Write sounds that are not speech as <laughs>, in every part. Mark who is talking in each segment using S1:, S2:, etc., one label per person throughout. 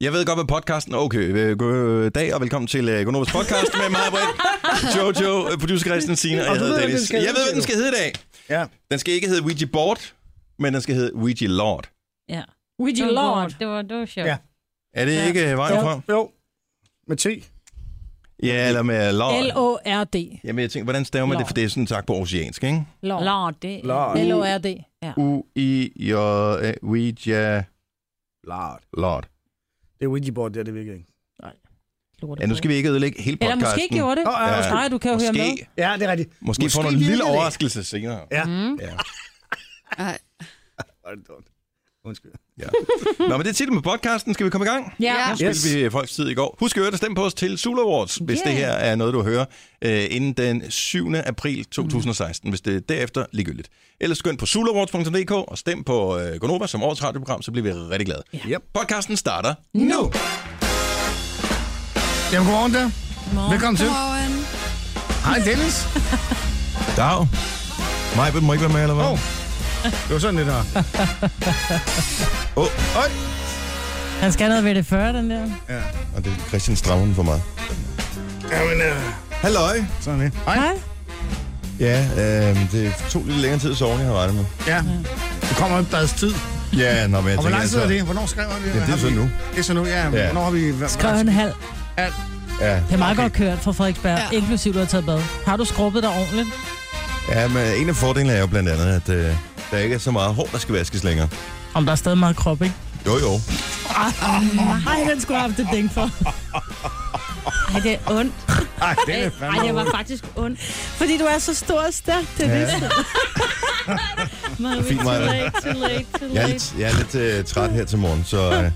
S1: Jeg ved godt, hvad podcasten er. Okay, øh, god dag og velkommen til øh, Gunnovas podcast med mig, Britt, Jojo, øh, producer Christian Signe og
S2: Og
S1: jeg
S2: du
S1: hedder
S2: ved, hvad den
S1: Dennis.
S2: skal
S1: Jeg
S2: hedde,
S1: ved, hvad den skal
S2: siger
S1: hedde i dag.
S2: Ja.
S1: Den skal ikke hedde Ouija Board, men den skal hedde Ouija Lord.
S3: Ja.
S4: Ouija
S3: Det var
S4: Lord.
S3: Det var, det var sjovt.
S2: Ja.
S3: Ja.
S1: Er det
S3: Ja.
S1: ikke øh, vejen
S2: Jo,
S1: fra?
S2: jo. Med T.
S1: Ja, eller med Lord.
S4: L-O-R-D.
S1: Jamen, jeg tænker, hvordan staver man det? For det er sådan sagt på oceansk, ikke?
S4: Lord.
S3: Lord, det
S2: Lord.
S4: L-O-R-D.
S1: U-I-J... Ouija...
S2: Lart.
S1: Lord.
S2: Det er Ouija board, det er det virkelig ikke.
S1: Ja, nu skal vi ikke ødelægge hele
S4: Eller
S1: podcasten.
S4: måske gjorde det.
S2: Nå, ja,
S1: Ja.
S2: undskyld.
S4: Nej, du kan jo høre med.
S1: Måske,
S2: ja, det er rigtigt.
S1: måske,
S2: Måske
S1: får nogle lille
S2: virkelig.
S1: overraskelse senere.
S2: Ja.
S3: Mm.
S1: Ja.
S2: Hvor er det dumt. Undskyld.
S1: Nå, men det er titlen på podcasten. Skal vi komme i gang?
S4: Ja.
S3: Ja.
S1: Nu yes. spildte vi øh, folks tid i går. Husk at høre stemme på os til Sula Awards, hvis
S4: Yeah.
S1: det her er noget, du hører, øh, inden den 7. april 2016. Hvis det er derefter, ligegyldigt. Ellers gå ind på sulawards.dk og stem på øh, Gonova som årets radioprogram, så bliver vi rigtig glade.
S2: Ja. Mm. Yep.
S1: Podcasten starter nu!
S2: Jamen, godmorgen der. Velkommen til.
S5: Godmorgen.
S2: Hej, Dennis.
S1: Dag. Mig, må ikke være med, eller hvad?
S2: Åh. Det var sådan lidt her.
S1: Oh.
S2: Øj.
S4: Han skal have noget ved det før, den der.
S2: Ja.
S1: Og det er Christian Strammen for mig.
S2: Jamen, øh,
S1: Halløj.
S2: sådan lidt. Hej.
S4: Hej.
S1: Ja, øh, det tog lidt længere tid at sove, end jeg havde regnet med.
S2: Ja. Du kommer op deres tid.
S1: Ja, nå, men jeg
S2: Og hvor lang
S1: tænker,
S2: tid er
S1: altså-
S2: det? Hvornår skriver vi?
S1: Ja, det er
S2: Har
S1: så
S2: vi-
S1: nu.
S2: Det er så nu, ja.
S1: Ja.
S2: Hvornår har vi...
S4: Skrev en halv.
S1: Ja,
S4: Det er meget
S2: Okay.
S4: godt kørt fra Frederiksberg,
S5: Ja.
S4: inklusiv du har taget bad. Har du skrubbet dig ordentligt?
S1: ja, men en af fordelene er jo blandt andet, at øh, der ikke er så meget hår, der skal vaskes længere.
S4: Om der er stadig meget krop, ikke?
S1: Jo, jo.
S3: Ah,
S4: Nej, den skulle have haft det <laughs> ding for.
S3: Ej, det er ondt.
S2: Ej, det
S3: Ej,
S2: er fandme...
S3: Ej, det var faktisk ondt.
S4: Fordi du er så stor og stærk, det er det.
S1: Fint, Maja.
S3: Too late, too late, too
S1: Jeg er
S3: late.
S1: lidt, jeg er lidt øh, træt her til morgen,
S2: <laughs>
S1: så øh,
S2: Men den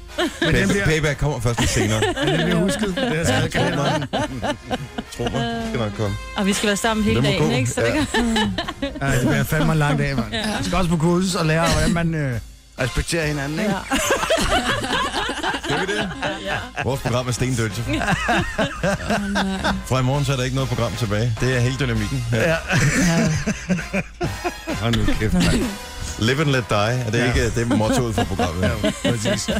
S1: pay-
S2: bliver,
S1: payback kommer først lidt
S2: <laughs>
S1: senere.
S2: den bliver husket. Det er skrevet i kalenderen.
S1: Tro mig, det skal nok komme.
S3: Og vi skal være sammen hele
S1: Den må
S3: dagen,
S1: gå.
S3: ikke? Så det
S1: Ja.
S3: kan...
S2: Ja, det bliver fandme en lang dag, mand. Ja. skal også på kursus og lære, hvordan man øh, respekterer hinanden, ikke?
S1: <laughs>
S4: Ja.
S1: Skal vi det? Vores program er stendødt. Fra i morgen så er der ikke noget program tilbage. Det er helt dynamikken. Ja.
S2: Hold nu kæft, mand. <laughs>
S1: Live and let die. Er det
S2: Ja.
S1: ja. ikke øh, det er mottoet for programmet? Ja.
S2: Præcis.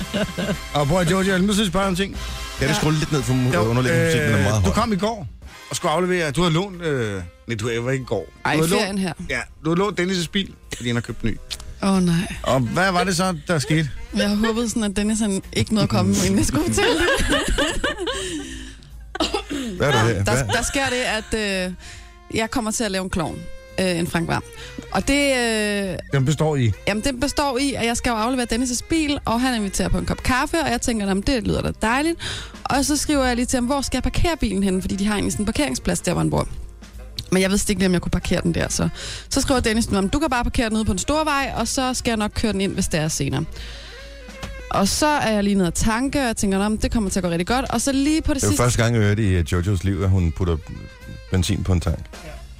S2: Og bror Jojo, jeg er nødt til at spørge dig om en ting. Øh,
S1: Kan du skrue lidt ned for mu- underliggende musik, den er meget
S2: du
S1: høj.
S2: kom i går og skulle aflevere, du havde lånt, øh, nej, du var ikke i går.
S5: Ej,
S2: du havde
S5: ferien
S2: lånt,
S5: her.
S2: Ja, du havde lånt Dennis' bil, fordi han har købt en ny.
S5: Åh oh, nej.
S2: Og hvad var det så, der skete?
S5: Jeg håbede sådan, at Dennis han ikke nåede at komme, inden jeg skulle fortælle det.
S1: Hvad er det her?
S5: Der,
S1: Hvad?
S5: der sker det, at øh, jeg kommer til at lave en klovn. Øh, en Frank Varm. Og det, øh,
S2: Den består i.
S5: jamen, det består i, at jeg skal jo aflevere Dennis' bil, og han inviterer på en kop kaffe, og jeg tænker, "Nå, men det lyder da dejligt. Og så skriver jeg lige til ham, hvor skal jeg parkere bilen henne, fordi de har egentlig sådan en parkeringsplads der, hvor han bor. Men jeg vidste ikke lige, om jeg kunne parkere den der. Så, så skriver Dennis, at du kan bare parkere den ude på den store vej, og så skal jeg nok køre den ind, hvis det er senere. Og så er jeg lige nede at tanke, og jeg tænker, "Nå, men det kommer til at gå rigtig godt. Og så lige på det,
S1: Det er jo
S5: sidste...
S1: første gang, jeg hørte i øh, Jojos liv, at hun putter benzin på en tank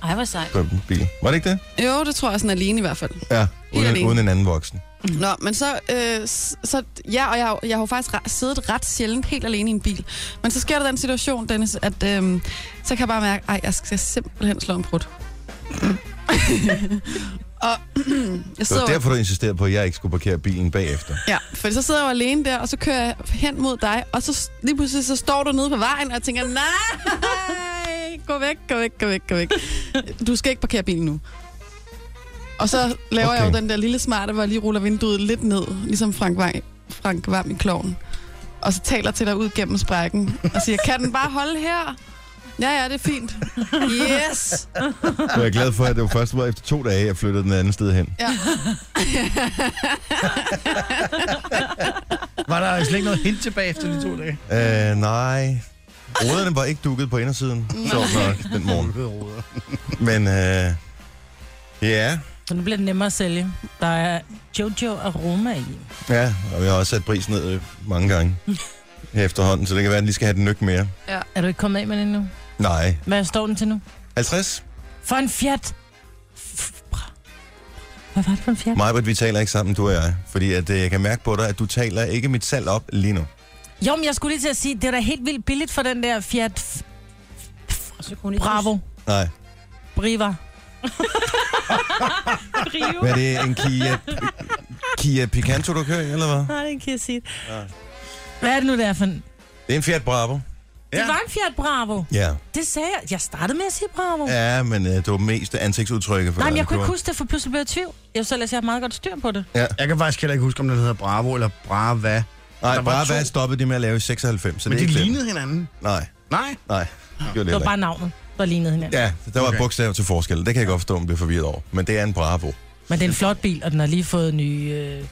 S3: Ej, hvor sejt.
S1: på en bil. Var det ikke det?
S5: Jo, det tror jeg sådan alene i hvert fald.
S1: Ja, uden,
S5: alene.
S1: uden en anden voksen.
S5: Nå, men så, øh, s- så ja, og jeg, har- jeg har jo faktisk re- siddet ret sjældent helt alene i en bil. Men så sker der den situation, Dennis, at øh, så kan jeg bare mærke, at jeg skal simpelthen slå en brud. <laughs> og <clears throat> jeg
S1: Mm. Det
S5: sidder
S1: var derfor, du insisterede på, at jeg ikke skulle parkere bilen bagefter.
S5: Ja, for så sidder jeg jo alene der, og så kører jeg hen mod dig, og så s- lige pludselig så står du nede på vejen, og jeg tænker, nej, gå væk, gå væk, gå væk, gå væk. Du skal ikke parkere bilen nu. Og så laver okay. jeg
S1: Okay.
S5: jo den der lille smarte, hvor jeg lige ruller vinduet lidt ned, ligesom Frank Vam, Frank Vam i kloven. Og så taler til dig ud gennem sprækken, og siger, kan den bare holde her? Ja, ja, det er fint. Yes!
S1: Så jeg er glad for, at det var første måde efter to dage, jeg flyttede den anden sted hen.
S5: Ja.
S2: Var der slet ikke noget hint tilbage efter de to dage?
S1: Øh, nej. Ruderne var ikke dukket på indersiden, sjovt nok, den morgen.
S2: Helvede ruder.
S1: Men øh, ja,
S4: Så nu bliver det nemmere at sælge. Der er Jojo aroma i.
S1: ja, og vi har også sat prisen ned øh, mange gange her efterhånden, så det kan være, at de skal have den nyk mere.
S4: Er du ikke kommet af med den endnu?
S1: Nej.
S4: Hvad står den til nu?
S1: 50?
S4: For en fjat! Hvad var det for en fjat?
S1: Majbert, vi taler ikke sammen, du og jeg. Fordi at, øh, jeg kan mærke på dig, at du taler ikke mit salg op lige nu.
S4: Jo, men jeg skulle lige til at sige, det er da helt vildt billigt for den der fjat. F-
S3: Og så kunne hun ikke
S4: Bravo.
S1: Nej.
S4: Briva.
S3: skrive.
S1: Hvad er det, en Kia, Kia Picanto, du kører i, eller hvad?
S4: Nej, den kan jeg sige. Hvad er det nu, der er for en...
S1: Det er en Fiat Bravo.
S4: Ja. Det var en Fiat Bravo.
S1: Ja,
S4: Det sagde jeg. Jeg startede med at sige Bravo. Ja.
S1: ja men øh, det var mest ansigtsudtrykket. For
S4: Nej, men
S1: hvordan
S4: jeg kunne
S1: det
S4: ikke
S1: gjorde.
S4: huske det, for pludselig blev jeg i tvivl. Jeg så ellers, jeg har meget godt styr på det.
S2: Jeg kan faktisk heller ikke huske, om den hedder Bravo eller Brava.
S1: Nej,
S2: Der var
S1: bare
S2: to.
S1: hvad stoppede de med at lave i 96? Så
S2: Men
S1: det er
S2: de
S1: ikke dem.
S2: lignede hinanden.
S1: Nej,
S2: Nej.
S1: nej. Det gjorde
S4: Det
S1: det
S4: var
S1: bare...
S4: bare navnet, der lignede hinanden. Ja.
S1: Ja, der var okay.
S2: Okay.
S1: bogstaver til forskel. Det kan jeg godt forstå, man bliver forvirret over. Men det er en Bravo.
S4: Men det er en flot bil, og den har lige fået nye
S1: <laughs>
S4: øh,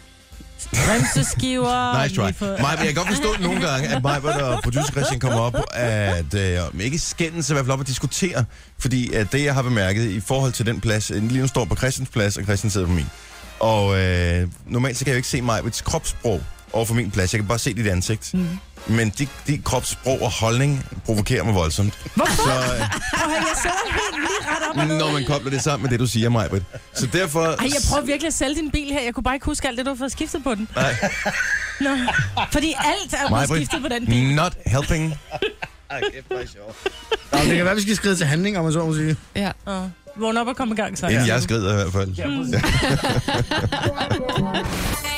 S4: bremseskiver.
S1: Nice try.
S4: lige fået-
S1: Maja, men jeg kan godt forstå nogle gange, at Maja og producer Christian kommer op, at øh, om ikke skændes, så i hvert fald op at diskutere. Fordi at det, jeg har bemærket i forhold til den plads, øh, lige nu står på Christians plads, og Christian sidder på min. Og øh, normalt så kan jeg jo ikke se Majbets kropssprog over for min plads. Jeg kan bare se dit ansigt. Mm. Men dit, dit kropssprog og holdning provokerer mig voldsomt. Hvorfor? Så, øh,
S4: Prøv at høre, jeg sidder helt lige ret op og ned.
S1: når man kobler det sammen med det, du siger, Majbet. Så derfor...
S4: Ej, jeg prøver virkelig at sælge din bil her. Jeg kunne bare ikke huske alt det, du har fået skiftet på den.
S1: Nej.
S4: <laughs> Nå. Fordi alt er blevet
S1: Maj-Brit.
S4: skiftet på den bil.
S1: Not helping.
S2: Ej, kæft, det er sjovt. Nå, men det kan være, vi skal skride til handling, om man så må sige.
S5: Ja.
S4: Åh, Vågn op og kom i gang, så.
S1: Inden jeg skrider i hvert fald.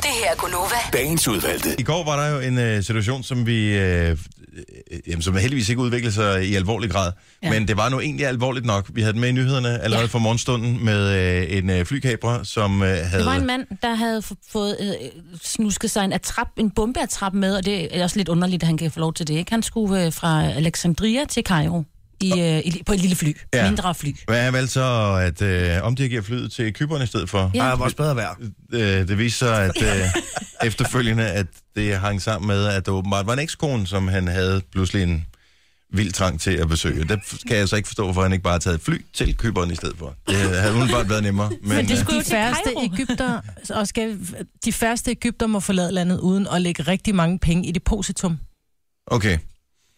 S6: Det her er Gunova.
S7: Dagens udvalgte.
S1: I går var der jo en øh, situation, som vi, øh, øh, jamen, som heldigvis ikke udviklede sig i alvorlig grad, ja. men det var nu egentlig alvorligt nok. Vi havde den med i nyhederne allerede ja. for morgenstunden med øh, en øh, flykabrer, som øh, havde...
S8: Det var en mand, der havde få- fået øh, snusket sig en, attrap, en bombeattrap med, og det er også lidt underligt, at han kan få lov til det. Ikke? Han skulle øh, fra Alexandria til Cairo i, øh, i, på et lille fly,
S1: Ja.
S8: ja. mindre fly.
S1: Hvad er valgt så at øh, omdirigere flyet til Kyberen i stedet for?
S8: Ja.
S2: Ej, det var også bedre værd.
S1: Øh, det viste sig at, øh, efterfølgende, at det hang sammen med, at det åbenbart var en ekskone, som han havde pludselig en vild trang til at besøge. Der kan jeg så ikke forstå, hvorfor han ikke bare har taget et fly til Kyberen i stedet for. Det havde udenbart været nemmere. Men,
S4: Men det
S1: øh,
S4: skulle
S8: jo
S4: de
S8: til
S4: færreste
S8: Kairo.
S4: <laughs> Ægypter, og skal, de færreste Ægypter må forlade landet uden at lægge rigtig mange penge i depositum.
S1: øh, okay.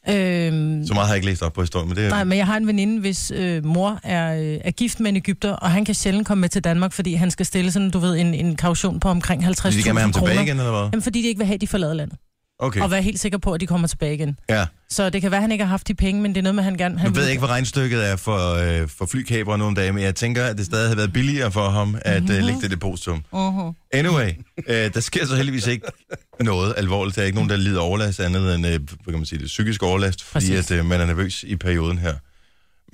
S4: Øhm,
S1: Så meget har jeg ikke læst op på historien, men det er...
S4: nej, men jeg har en veninde, hvis øh, mor er, øh, er gift med en Ægypter, og han kan sjældent komme med til Danmark, fordi han skal stille sådan, du ved, en, en kaution på omkring 50.000
S1: vil de gerne have ham
S4: kroner.
S1: tilbage igen, eller hvad?
S4: Jamen, fordi de ikke vil have, at de forlader landet.
S1: Okay,
S4: Og være helt sikker på, at de kommer tilbage igen.
S1: ja.
S4: Så det kan være, at han ikke har haft de penge, men det er noget med, at han gerne... Han
S1: Nu ved
S4: vil-
S1: jeg ikke, hvad regnstykket er for, øh, for flykabere nogle dage, men jeg tænker, at det stadig havde været billigere for ham at
S4: Mhm.
S1: øh, lægge det depositum.
S4: Uh-huh.
S1: Anyway, øh, der sker så heldigvis ikke noget alvorligt. Der er ikke nogen, der lider overlast andet end, øh, hvad kan man sige, det psykisk overlast, fordi at,
S4: Præcis.
S1: øh, man er nervøs i perioden her.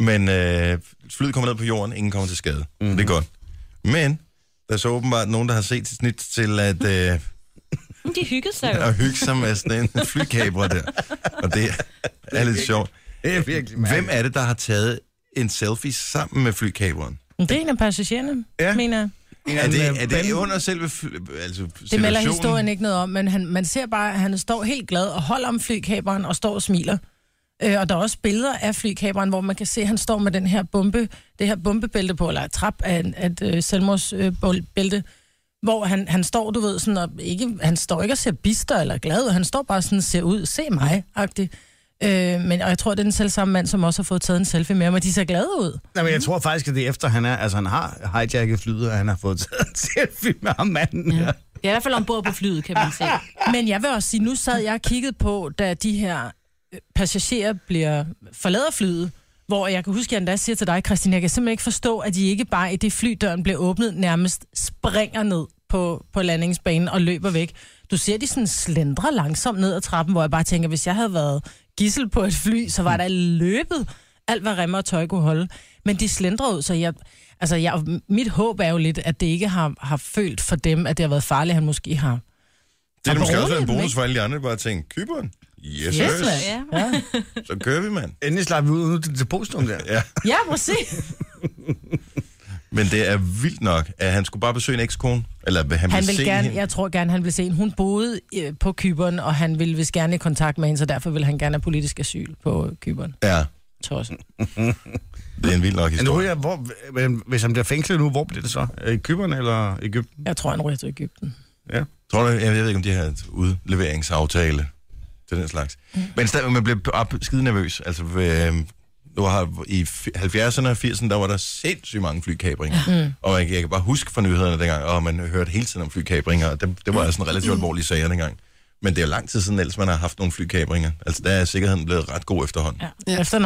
S1: Men øh, flyet kommer ned på jorden, ingen kommer til skade. Mm. Det er godt. Men der er så åbenbart nogen, der har set et snit til at, øh,
S8: Men De hyggede sig jo.
S1: at hygge sig med sådan en flykabre der. Og det er lidt sjovt.
S2: Det er virkelig
S1: Hvem er det, der har taget en selfie sammen med flykaberen?
S4: Det er en af passagererne,
S2: Ja.
S4: ja. mener jeg.
S1: Er det, er det under selve fly, altså
S4: Det melder
S1: situationen?
S4: historien ikke noget om, men han, man ser bare, at han står helt glad og holder om flykaberen og står og smiler. Øh, og der er også billeder af flykaberen, hvor man kan se, at han står med den her bombe, det her bombebælte på, eller et trap af en- af et øh, selvmordsbælte, hvor han, han står, du ved, sådan, og ikke, han står ikke og ser bister eller glad, han står bare sådan og ser ud, se mig-agtigt. Øh, men, og jeg tror, det er den selv samme mand, som også har fået taget en selfie med ham, og de ser glade ud.
S2: Nej, men jeg tror faktisk, at det er efter, han er, altså han har hijacket flyet, og han har fået taget en selfie med ham manden. Ja.
S8: Jeg er i hvert fald ombord på flyet, kan man se.
S4: Men jeg vil også sige, nu sad jeg og kiggede på, da de her øh, passagerer bliver forlader flyet, hvor jeg kan huske, at jeg endda siger til dig, Christine, jeg kan simpelthen ikke forstå, at de ikke bare i det flydøren bliver åbnet, nærmest springer ned på, på landingsbanen og løber væk. Du ser de sådan slendre langsomt ned ad trappen, hvor jeg bare tænker, hvis jeg havde været gissel på et fly, så var der løbet alt, hvad remmer og tøj kunne holde. Men de slendrer ud, så jeg, altså jeg, mit håb er jo lidt, at det ikke har, har følt for dem, at det har været farligt, at han måske har
S1: Det er måske også en
S4: Beroliget dem,
S1: bonus
S4: ikke?
S1: for alle de andre, bare at tænke, kyberen? Yes,
S4: Yes,
S1: yes,
S4: mand.
S8: Ja.
S4: Ja,
S1: Så kører vi, mand.
S2: Endelig slap vi ud uden det depositum der.
S1: Ja.
S4: ja præcis.
S1: Men det er vildt nok, at han skulle bare besøge en ekskone. Eller vil han,
S4: Han
S1: vil
S4: vil
S1: se
S4: gerne,
S1: hende.
S4: jeg tror gerne, han vil se hende. Hun boede øh, på Kyberen, og han ville vist gerne i kontakt med hende, så derfor vil han gerne have politisk asyl på øh, Kyberen.
S1: Ja,
S4: Tossen.
S1: det er en vild nok
S2: Men nu,
S1: historie.
S2: ryger jeg, hvor, men hvis han bliver fængslet nu, hvor bliver det så? Øh, I Kyberne eller Ægypten?
S4: Jeg tror, han ryger til Ægypten.
S1: Tror du, jeg, jeg ved ikke, om de har et udleveringsaftale til den slags. Men stadigvæk, man bliver op, skide nervøs. Altså, øh, nu har, i f- 70'erne og 80'erne, der var der sindssygt mange flykabringer. Mm. Og jeg, jeg kan Mm. bare huske fra nyhederne dengang, og man hørte hele tiden om flykabringer. og Det, det var altså en relativt alvorlig sager dengang. Men det er jo lang tid siden, ellers man har haft nogle flykabringer. Altså, der er sikkerheden blevet ret god efterhånden.
S4: Ja.
S5: Ja.
S4: Efter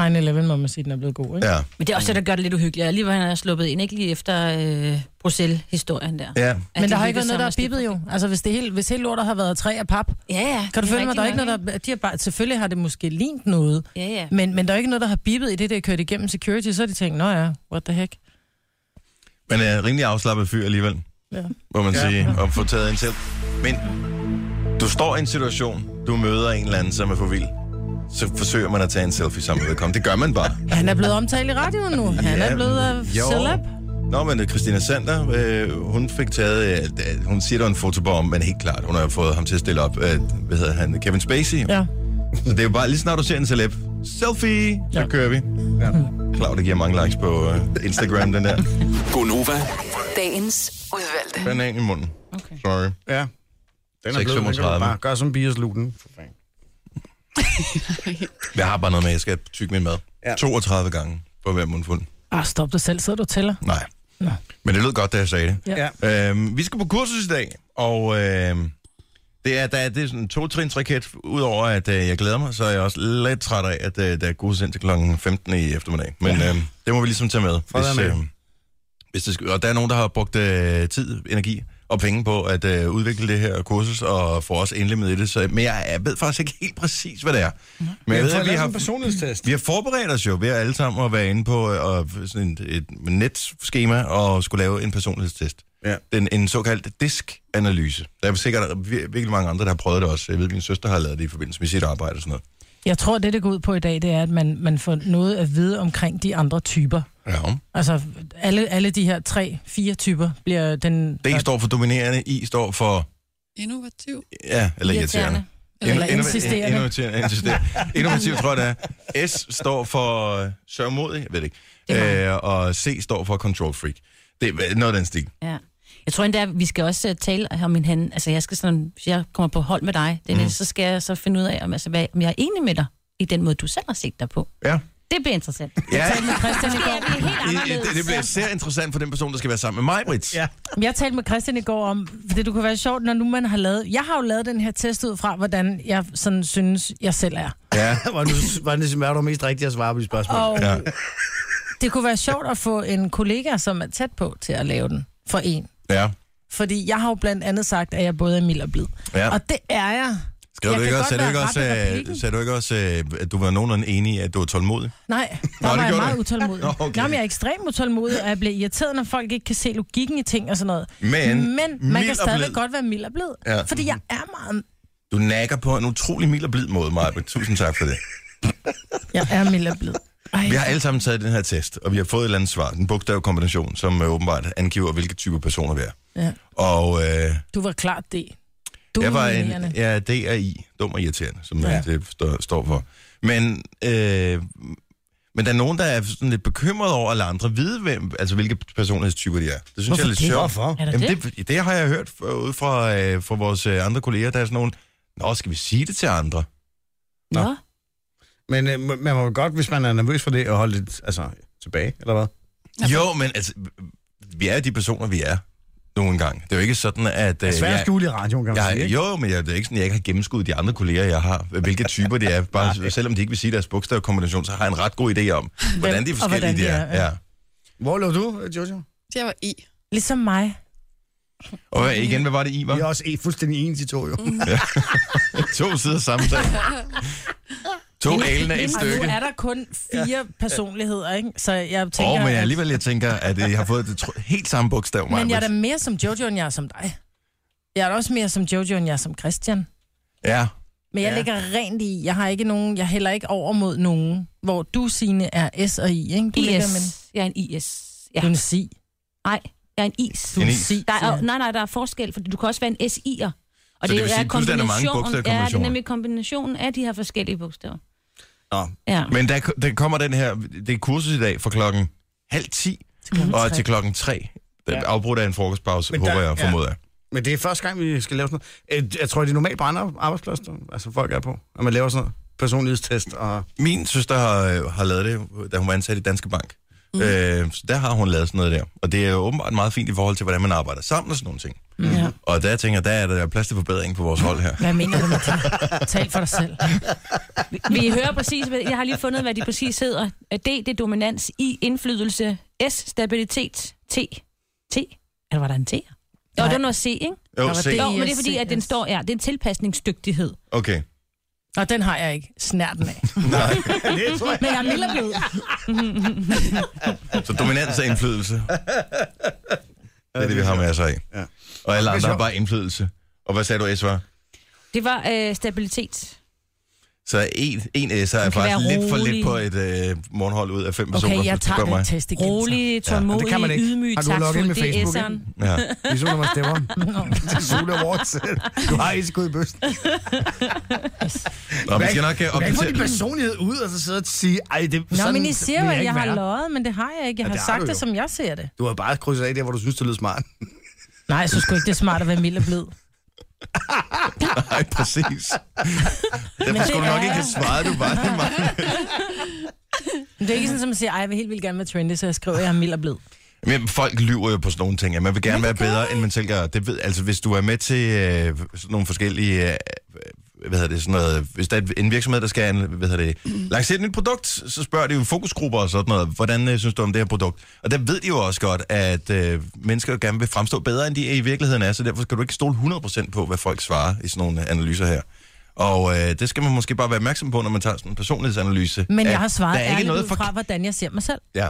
S4: 9-11 må man sige, at den er blevet god, ikke?
S1: Ja.
S8: Men det er også det, der gør det lidt uhyggeligt. Alligevel han er sluppet ind, ikke lige efter øh, Bruxelles-historien der.
S1: Ja.
S8: At
S4: Men
S8: de
S4: der har ikke været
S8: lykkedes
S4: noget, der
S8: ham
S4: er
S8: at slippe
S4: bippet jo. Altså, hvis, det hele, hvis hele lortet har været af træ og pap,
S8: Ja, ja.
S4: kan du
S8: det er
S4: følge mig, der er
S8: rigtig
S4: ikke noget,
S8: nok,
S4: der... er- De har bare, selvfølgelig har det måske lignet noget,
S8: ikke? Ja, ja.
S4: men, men der er ikke noget, der har bippet i det, der er kørt igennem security, så har de tænkt, nå ja, what the heck.
S1: Men er rimelig afslappet fyr alligevel,
S4: Ja.
S1: må man
S2: Ja.
S1: ja. sige, og få taget en selv. Men du står i en situation, du møder en eller anden, som er for vild. Så forsøger man at tage en selfie sammen med vedkommende. Det gør man bare.
S4: Han er blevet omtalt i radioen nu. Han
S1: Ja,
S4: er blevet uh,
S1: jo.
S4: celeb.
S1: Nå, men øh, Christina Sander, øh, hun fik taget, øh, d- hun siger, der var en fotobombe, men helt klart, hun har jo fået ham til at stille op, øh, hvad hedder han, Kevin Spacey. Ja.
S4: Ja.
S1: Så det er jo bare, lige snart du ser en celeb, selfie, så
S4: Ja.
S1: kører vi. Ja. Klar, det giver mange likes på øh, Instagram, den der.
S7: Gonova,
S6: Dagens udvalgte.
S1: Banan i munden.
S8: Okay.
S1: Sorry.
S2: Ja. Den er blevet, den kan du
S1: 6,35.
S2: bare gøre som biers luten. For fanden.
S1: Jeg har bare noget med, jeg skal tykke min mad. Ja.
S2: Ja.
S1: 32 gange på hver mundfuld.
S4: Ah, stop dig selv, sidder du og tæller.
S1: Nej.
S4: Nå.
S1: Men det lød godt, da jeg sagde det.
S2: Ja.
S1: Øhm, vi skal på kursus i dag, og øhm, det er, der er, det er sådan en to-trins raket, udover at øh, jeg glæder mig, så er jeg også lidt træt af, at øh, der er gode sind til kl. 15 i eftermiddag. Men øhm, det må vi ligesom tage med.
S2: Fred være med.
S1: hvis det skal, og der er nogen, der har brugt øh, tid, energi og penge på at øh, udvikle det her kursus og få os indlemmet i det. Så, men jeg, jeg ved faktisk ikke helt præcis, hvad det er. Mhm. Men jeg,
S2: Jeg
S1: ved,
S2: får
S1: at vi
S2: lavet
S1: har
S2: en <laughs> personlighedstest.
S1: vi har forberedt os jo ved alle sammen at være inde på øh, og sådan et, et netskema og skulle lave en personlighedstest.
S2: Ja.
S1: Den, en såkaldt diskanalyse. Der er sikkert vir- virkelig mange andre, der har prøvet det også. Jeg ved, min søster har lavet det i forbindelse med sit arbejde og sådan noget.
S4: Jeg tror, det, det går ud på i dag, det er, at man, man får noget at vide omkring de andre typer.
S1: Ja.
S4: Altså, alle, alle de her tre, fire typer bliver den...
S1: D står for dominerende, I står for...
S5: Innovativ.
S1: Ja, eller irriterende.
S4: Eller
S1: Inno- innova- <laughs>
S4: insisterende.
S1: Innovativ, insisterende. Innovativ tror jeg, det er. S står for øh, sørgmodig, jeg ved det ikke. Det øh, og C står for control freak. Det er noget af den stil.
S8: Ja. Jeg tror endda, at vi skal også øh, tale om en han. Altså, jeg skal sådan, hvis jeg kommer på hold med dig, Dennis, mm. så skal jeg så finde ud af, om, altså, hvad, om jeg er enig med dig i den måde, du selv har set dig på.
S1: Ja.
S8: Det bliver interessant.
S1: Ja,
S4: Christian i går.
S8: Det er helt
S1: I- i- det, det bliver især interessant for den person, der skal være sammen med mig, Brits.
S2: Ja.
S4: Jeg talte med Christian i går om, det du kunne være sjovt, når nu man har lavet... Jeg har jo lavet den her test ud fra, hvordan jeg sådan synes, jeg selv er.
S1: ja.
S2: Var det, var det, var det mest rigtigt at svare på de spørgsmål?
S4: Og
S1: Ja.
S4: ja. det kunne være sjovt at få en kollega, som er tæt på, til at lave den for en.
S1: ja.
S4: Fordi jeg har jo blandt andet sagt, at jeg både er mild og blid.
S1: ja.
S4: Og det er jeg.
S1: Skal du
S4: jeg
S1: ikke
S4: kan
S1: også,
S4: godt
S1: sagde du ikke
S4: være
S1: også,
S4: ret i
S1: øh,
S4: replikken.
S1: sagde du ikke også, øh, at du var nogenlunde enig i, at du var tålmodig? <laughs>
S4: Nej,
S1: Nå,
S4: der
S1: det
S4: var jeg
S1: gjorde
S4: meget
S1: du.
S4: utålmodig.
S1: Nå, okay.
S4: Nå, men jeg er ekstremt utålmodig, og jeg bliver irriteret, når folk ikke kan se logikken i ting og sådan noget.
S1: Men
S4: Men man
S1: mild
S4: kan
S1: og
S4: stadigvæk
S1: blid.
S4: godt være mild og blid.
S1: Ja.
S4: Ja. Fordi jeg er meget...
S1: Du nakker på en utrolig mild og blid måde, Maja. Tusind tak for det.
S4: Jeg er mild og blid. Ej,
S1: <laughs> Vi har alle sammen taget den her test, og vi har fået et eller andet svar. En bogstavkombination, som øh, åbenbart angiver, hvilke typer personer vi er.
S4: Ja.
S1: Og øh,
S4: du var klart det. Du
S1: jeg var
S4: en...
S1: en, ja, det er I, dum og irriterende, som ja.
S4: Ja.
S1: det står, står for. Men, øh, men der er nogen, der er sådan lidt bekymret over, at lade andre vide, hvem, altså, hvilke personlighedstyper de er. Det synes jeg er lidt
S4: det?
S1: sjovt.
S2: Hvorfor?
S4: Er der
S1: Jamen,
S4: det?
S1: det, det har jeg hørt fra- ude fra, øh, fra vores øh, andre kolleger. Der er sådan nogle, Nå, skal vi sige det til andre?
S8: Nå.
S2: Men øh, man man må godt, hvis man er nervøs for det, at holde lidt altså, tilbage, eller hvad?
S1: Jo, men altså, vi er jo de personer, vi er nogle gange. Det er jo ikke sådan,
S4: Altså,
S1: at... øh,
S2: Det Altså, er svært at
S1: jeg,
S2: skjule i radioen, kan man sige.
S1: jeg,
S2: ikke?
S1: jo, men jeg, det er ikke sådan, at jeg ikke har gennemskuddet de andre kolleger, jeg har. Hvilke typer det er. Bare, selvom de ikke vil sige deres bogstavkombination, så har jeg en ret god idé om, hvordan de
S4: og
S1: forskellige
S4: hvordan
S1: de
S4: de
S1: er.
S4: er, ja.
S1: Ja.
S2: Hvor lå du, øh, Jojo?
S5: Jeg var i.
S4: Ligesom mig.
S1: Og hvad- igen, hvad var det, I
S2: Vi er
S1: var?
S2: også eh, fuldstændig ens i to, jo.
S1: <laughs> To sider samme sag. To alene af et
S4: Og nu
S1: stykke.
S4: er der kun fire ja. personligheder, ikke? Så jeg
S1: Åh,
S4: tænker...
S1: oh, men jeg
S4: at-
S1: alligevel jeg tænker, at øh, jeg har fået det tro- helt samme bogstav.
S4: Men jeg er
S1: Maja.
S4: da mere som Jojo, end jeg er som dig. Jeg er da også mere som Jojo, end jeg er som Christian.
S1: Ja.
S4: Men jeg
S2: Ja.
S4: ja. ligger rent i. Jeg har ikke nogen... Jeg hælder ikke over mod nogen. Hvor du, sine er S og I, ikke? Du ligger med...
S8: IS. Jeg er en IS. Ja.
S4: Du er en si.
S8: Nej, jeg er en is.
S4: Du er
S1: En
S4: en
S1: is.
S4: si.
S8: Der er,
S4: siger
S8: nej, nej, der er forskel, for du kan også være en SI'er. Og
S1: Så det vil sige, pludselig er der mange bogstavkombinationer.
S8: ja, det er nemlig kombinationen af de her forskellige bogstaver.
S2: Nå.
S8: Ja.
S1: Men der, der kommer den her, det er kursus i dag fra klokken halv ti
S4: jeg.
S1: og til klokken tre. Den
S2: Ja.
S1: afbrudt af en frokostpause,
S2: Men
S1: der,
S2: der-
S1: håber jeg
S2: ja.
S1: formoder. Ja.
S2: Men det er første gang, vi skal lave sådan noget. Øh, Jeg tror, det er normalt på andre arbejdspladser, altså folk er på, at man laver sådan noget personlighedstest. Og...
S1: Min søster har, øh, har lavet det, da hun var ansat i Danske Bank.
S4: Mhm.
S1: Mm. Øh, så der har hun lavet sådan noget der. Og det er jo åbenbart meget fint i forhold til, hvordan man arbejder sammen og sådan nogle ting.
S4: Ja.
S1: Og der tænker jeg, der er der plads til forbedring på vores hold her.
S4: Hvad mener du med det? Tal for dig selv.
S8: Vi hører præcis, hvad- jeg har lige fundet, hvad de præcis hedder. Øh, D, det er dominans. I, indflydelse. S, stabilitet. T, T. Eller var der en T? Jo, det var noget C, ikke?
S1: Jo,
S4: <laughs> Der var
S1: se.
S4: det.
S8: Jo, men det er fordi, at den
S4: ISCS.
S8: står, ja, det er en tilpasningsdygtighed.
S1: Okay.
S4: Og den har jeg ikke. Snærten af.
S1: Nej, det tror jeg.
S4: Men jeg er mildere blød.
S1: Så dominans og
S4: <laughs>
S1: indflydelse. Det er det, vi har med os af.
S2: Ja.
S1: Og alle andre har
S2: sjovt.
S1: bare indflydelse. Og hvad sagde du, S var?
S8: Det var øh, stabilitet.
S1: Så en, en S'er er
S8: kan
S1: faktisk
S8: være
S1: lidt for lidt
S8: rolig.
S1: på et øh, morgenhold ud af fem personer.
S4: Okay, jeg
S1: hvis du
S4: tager
S1: spørger
S4: den test igen. så.
S8: Rolig,
S2: men det kan man
S8: tålmodig,
S2: ikke.
S8: ydmyg,
S2: Har du logget ind med
S8: taktfuld. Det er
S2: Facebook,
S8: S'eren.
S2: ikke?
S1: Ja.
S2: Vi soler mig Ligesom <laughs> stemmer. Det soler vores selv. Du har ikke skudt i bøsten.
S1: Nå, vi skal nok øh,
S2: Man kan få din
S1: opdatere.
S2: personlighed ud, og så sidde og sige, ej, det er
S4: Nå,
S2: sådan
S4: men I
S2: vil
S4: ser jo, at jeg har
S2: ikke være."
S4: løjet, men det har jeg ikke. Jeg
S2: Ja, det
S4: har
S2: har
S4: sagt
S2: du
S4: det,
S2: jo.
S4: som jeg ser det.
S2: Du har bare krydset af der, hvor du synes, det lyder smart.
S4: Nej, jeg synes sgu ikke, det er smart at være mild og blid.
S1: Nej, præcis. Derfor skulle du nok ikke have svaret, du var det, Maja.
S4: Men det er ikke sådan, at man siger, ej, jeg vil helt vildt gerne være trendy, så jeg skriver, at jeg er mild og blid.
S1: Men folk lyver jo på sådan nogle ting. at Man vil gerne være bedre, end man selv gør. Det ved, altså, hvis du er med til øh, sådan nogle forskellige... Øh, hvad hedder det, sådan noget, hvis der er en virksomhed, der skal an- hvad
S4: <clears throat>
S1: hedder det, lancere et nyt produkt, så spørger de jo fokusgrupper og sådan noget, hvordan øh, synes du om det her produkt? Og der ved de jo også godt, at øh, mennesker jo gerne vil fremstå bedre, end de i virkeligheden er, så derfor skal du ikke stole 100% på, hvad folk svarer i sådan nogle øh, analyser her. Og øh, det skal man måske bare være opmærksom på, når man tager sådan en personlighedsanalyse.
S4: Men jeg
S1: at
S4: har svaret
S1: der er ikke
S4: ærligt
S1: noget
S4: ud
S1: for...
S4: fra, hvordan jeg ser mig selv.
S1: Ja.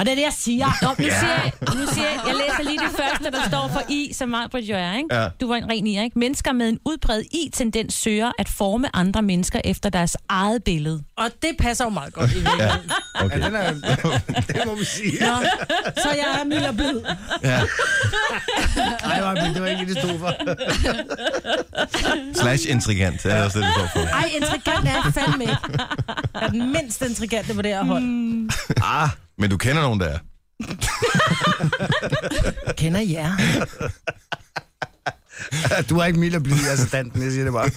S8: Og det er det, jeg siger. Nå, nu siger jeg, nu siger jeg, jeg læser lige det første, der står for I, som mig på Jørgen. Ikke?
S1: Ja.
S8: Du var en ren I, ikke? Mennesker med en udbredt I-tendens søger at forme andre mennesker efter deres eget billede.
S4: Og det passer jo meget godt i
S1: ja.
S4: virkeligheden.
S2: Ja,
S1: Okay.
S2: den er, <laughs> det må vi sige.
S4: Nå, så jeg er mild og blid.
S1: Ja.
S2: Nej, nej, men det var ikke det, det stod for.
S1: Slash intrigant, det er også det, det står for.
S4: Ej, intrigant er jeg fandme ikke. Jeg er den mindst intrigante på det her hold.
S1: Ah, men du kender nogen, der er.
S4: Jeg kender jer.
S2: Du er ikke mild at blive, altså danten, jeg siger det bare.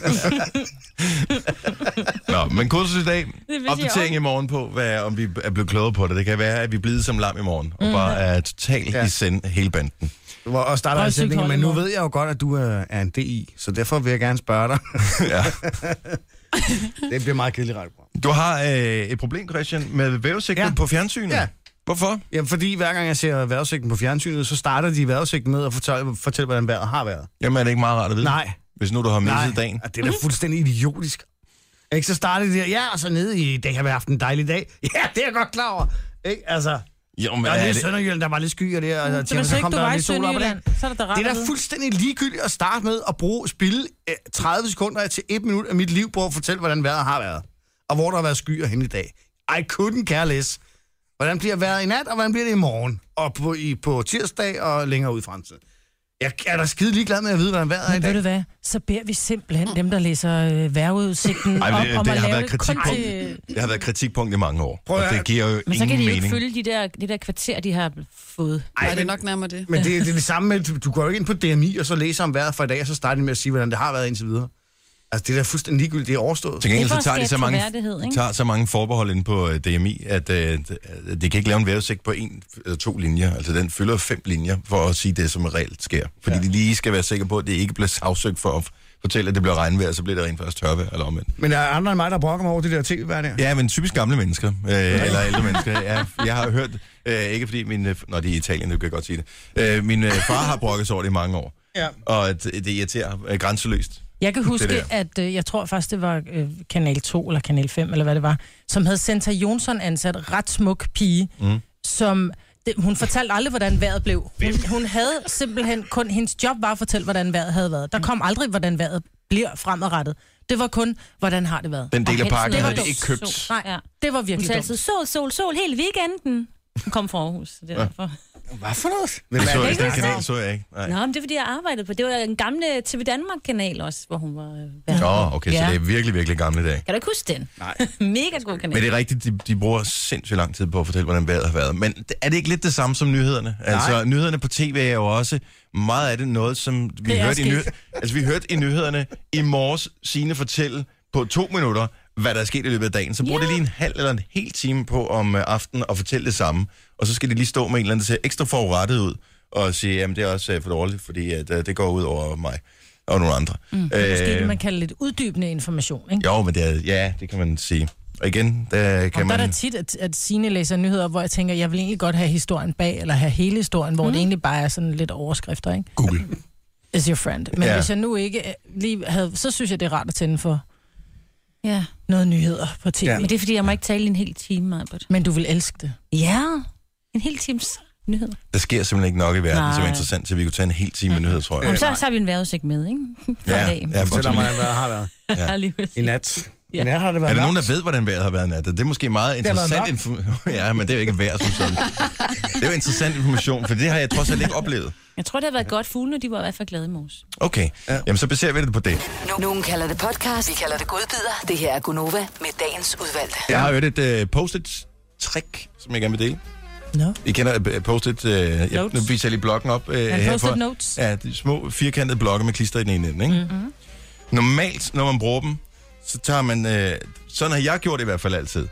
S1: Nå, men kursus i dag.
S8: jeg
S1: Opdatering i morgen på, hvad, om vi er blevet klogere på det. Det kan være, at vi er blevet som lam i morgen, og bare er totalt
S2: Ja.
S1: i send hele banden.
S2: Hvor- Og starter
S4: Hold
S2: en
S4: sygt
S2: sætning,
S4: hold
S2: men
S4: i
S2: nu
S4: morgen.
S2: ved jeg jo godt, at du er, er en DI, så derfor vil jeg gerne spørge dig.
S1: <laughs> ja.
S2: <laughs> Det bliver meget kedeligt radioprogram.
S1: Du har øh, et problem, Christian, med vævesigten ja.
S2: Ja.
S1: på fjernsynet.
S2: Ja.
S1: Hvorfor?
S2: Jamen, fordi hver gang jeg ser vejrudsigten på fjernsynet, så starter de vejrudsigten med at fortælle, fortælle hvordan vejret har været.
S1: Jamen, er det ikke meget rart at vide?
S2: Nej,
S1: Hvis nu du har
S2: nej.
S1: misset dagen.
S2: Og Det er da fuldstændig idiotisk. Ikke, så starter de der, ja, og så nede i, det har været haft en dejlig dag. <laughs> Ja, det er jeg godt klar over. Ikke, altså,
S1: Jo, men
S2: og
S1: er
S2: nede i
S1: det...
S2: Sønderjylland, der var lidt skyer der, og
S4: Mm, Så
S2: så, tænker,
S4: hvis
S2: så
S4: ikke
S2: kom
S4: du
S2: der
S4: var i
S2: lidt sol op ad
S4: Sønderjylland,
S2: dagen.
S4: så er det da rart
S2: Det er
S4: at
S2: da
S4: vide.
S2: fuldstændig ligegyldigt at starte med at bruge, spille øh, 30 sekunder til et minut af mit liv på at fortælle, hvordan vejret har været. Og hvor der har været skyer hen i dag. I couldn't care less. Hvordan bliver vejret i nat, og hvordan bliver det i morgen? Og på, i, på tirsdag og længere ud i fremtiden. Jeg er da skide ligeglad med at vide, hvordan vejret er i
S4: Men ved
S2: dag.
S4: du hvad, så beder vi simpelthen dem, der læser øh, vejrudsigten,
S1: Ej,
S4: om,
S1: men det,
S4: om
S1: det,
S4: at
S1: har
S4: lave
S1: været
S4: det kun
S1: kritikpunkt.
S4: til...
S1: det har været kritikpunkt i mange år,
S2: Prøv at
S1: og det
S2: høre.
S1: giver jo
S8: Men så kan
S1: ingen
S8: de jo
S1: mening.
S8: ikke følge de der, det der kvarter, de har fået.
S5: Ej,
S2: Ej,
S5: det er
S2: men,
S5: nok nærmere det.
S2: men det, det er det samme med, du, du går jo ikke ind på DMI, og så læser om vejret for i dag, og så starter de med at sige, hvordan det har været indtil videre. Altså, det er da fuldstændig ligegyldigt, det er overstået.
S1: Til gengæld
S8: Det er for
S1: så
S8: at
S1: tager de så
S8: skabe
S1: mange,
S8: troværdighed, ikke?
S1: tager så mange forbehold inde på øh, DMI, at øh, d- at de kan ikke lave en vejrudsigt på en eller to linjer. Altså den fylder fem linjer for at sige det, som reelt sker. Fordi ja. de lige skal være sikre på, at det ikke bliver sagsøgt for at f- fortælle, at det bliver regnvejr, og så bliver det rent faktisk tørvejr eller omvendt.
S2: Men der er andre end mig, der brokker mig over det der tv-vejr der.
S1: Ja, men typisk gamle mennesker, øh, eller ældre mennesker. Ja, jeg har hørt, øh, ikke fordi min... Øh, nå, det er i Italien, det kan jeg godt sige det. Øh, min øh, far har brokket sig over det i mange år.
S2: Ja.
S1: Og at det irriterer ham øh, grænseløst.
S4: Jeg kan huske,
S1: der.
S4: det at øh, jeg tror faktisk, det var øh, Kanal 2 eller Kanal 5, eller hvad det var, som havde Senta Jonsson ansat, ret smuk pige, mm. som... Det, hun fortalte aldrig, hvordan vejret blev. Hun, hun havde simpelthen kun... Hendes job var at fortælle, hvordan vejret havde været. Der kom aldrig, hvordan vejret bliver fremadrettet. Det var kun, hvordan har det været.
S1: Den del af
S8: helst
S1: pakken
S8: noget
S1: havde de
S4: dumt.
S1: ikke købt.
S4: Nej,
S8: Ja.
S4: det var
S8: Hun
S4: virkelig
S8: sagde
S4: dumt.
S8: altid, sol, sol, sol, hele weekenden. Hun kom fra Aarhus, så det er derfor.
S2: Hvad for noget? Hvem
S1: Det så
S2: er
S1: jeg
S2: det?
S1: ikke, den kanal så jeg ikke. Nej.
S8: Nå, men det er, fordi jeg arbejdede på. Det var en gamle TV Danmark-kanal også, hvor hun var... øh, vært.
S1: Nå, okay, så
S8: Ja.
S1: det er virkelig, virkelig gamle dage.
S8: Kan du ikke huske den?
S2: Nej.
S8: <laughs> Mega god kanal.
S1: Men det er rigtigt, de, de bruger sindssygt lang tid på at fortælle, hvordan vejret har været. Men det- er det ikke lidt det samme som nyhederne? Nej. Altså, nyhederne på tv er jo også meget af det noget, som vi,
S4: Det er
S1: hørte i,
S4: sket.
S1: nyh- altså, vi hørte i nyhederne i morges sine fortælle på to minutter, hvad der er sket i løbet af dagen. Så bruger yeah. det lige en halv eller en hel time på om øh, aftenen at fortælle det samme. Og så skal de lige stå med en eller anden, der ser ekstra forurettet ud, og sige, jamen det er også øh, for dårligt, fordi at, øh, det går ud over mig og nogle andre. Mm,
S4: Måske det, man kalder lidt uddybende information, ikke?
S1: Jo, men det er, ja, det kan man sige. Og igen, der kan
S4: Kan man...
S1: man...
S4: Der er da tit, at, at Signe læser nyheder, hvor jeg tænker, jeg vil egentlig godt have historien bag, eller have hele historien,
S8: Mhm.
S4: hvor mm. det egentlig bare er sådan lidt overskrifter, ikke?
S1: Google.
S4: Is your friend. Men
S1: Ja.
S4: ja. hvis jeg nu ikke øh, lige havde, så synes jeg, det er rart at tænde for
S8: Ja.
S4: noget nyheder på tv.
S1: Ja.
S4: Ja.
S8: Men det er, fordi jeg må ikke tale i en hel time, Marbert.
S4: Men du vil elske det.
S8: Ja, en hel times nyheder.
S1: Der sker simpelthen ikke nok i verden, Nej. som er
S8: Nej.
S1: interessant til, at vi kunne tage en hel time med nyheder,
S2: Øh,
S1: tror
S8: Jamen,
S1: jeg.
S8: så, så har vi en vejrudsigt med, ikke? <laughs> For
S1: Ja,
S8: dagen.
S1: ja,
S8: <laughs>
S2: Fortæl mig, hvad der har været.
S1: ja.
S8: Alligevel.
S2: I nat.
S8: Ja.
S2: I nat har det været
S1: Er der nogen,
S2: mørkt.
S1: der ved, hvordan vejret har været i nat? Det er måske meget
S2: har været
S1: interessant information. <laughs> ja, men det er jo ikke vejr som sådan. det er jo interessant information, for det har jeg trods alt ikke oplevet.
S8: Jeg tror, det har været godt. Fuglene, de var i hvert fald glade i morges.
S1: Okay, ja. jamen så baserer vi det på det.
S6: Nu- Nogen kalder det podcast, vi kalder det godbider. Det her er Gunova med dagens udvalgte.
S1: Jeg har hørt et øh, post-it trick, som jeg gerne vil dele.
S4: Nå.
S1: I kender øh, post-it... Øh, jeg, nu
S4: Notes.
S1: viser jeg lige blokken op øh,
S4: Ja,
S1: herfor.
S4: post-it notes.
S1: Ja, de små firkantede blokke med klister i den ene ende, ikke? Mm-hmm. Normalt, når man bruger dem, så tager man... Øh, sådan har jeg gjort det i hvert fald altid.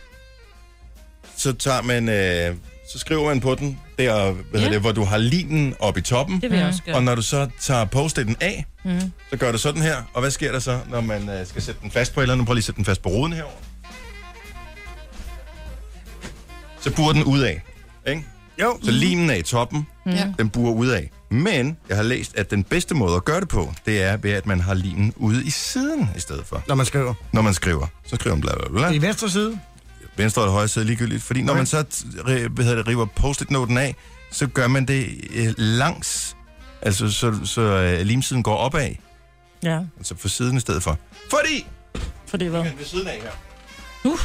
S1: Så tager man... Øh, så skriver man på den, der, hvad yeah.
S8: Ja.
S1: det, hvor du har linen oppe i toppen.
S8: Det vil jeg også gøre.
S1: Og når du så tager post-it'en af, mm. så gør du sådan her. Og hvad sker der så, når man øh, skal sætte den fast på et eller andet? Prøv lige at sætte den fast på ruden herover. Så burer den ud af. Ikke?
S2: Jo.
S1: Så limen er i toppen.
S5: Ja.
S1: Den burer ud af. Men jeg har læst, at den bedste måde at gøre det på, det er ved, at man har limen ude i siden i stedet for.
S2: Når man skriver.
S1: Når man skriver. Så skriver man bla bla bla.
S2: I venstre side.
S1: Venstre eller højre side er ligegyldigt. Fordi når man så t- ri- hvad hedder det, river post-it-noten af, så gør man det øh, langs. Altså, så, så øh, limsiden går opad.
S4: Ja,
S1: Altså for siden i stedet for. Fordi...
S4: for det var...
S1: Ved siden af her.
S4: Uh.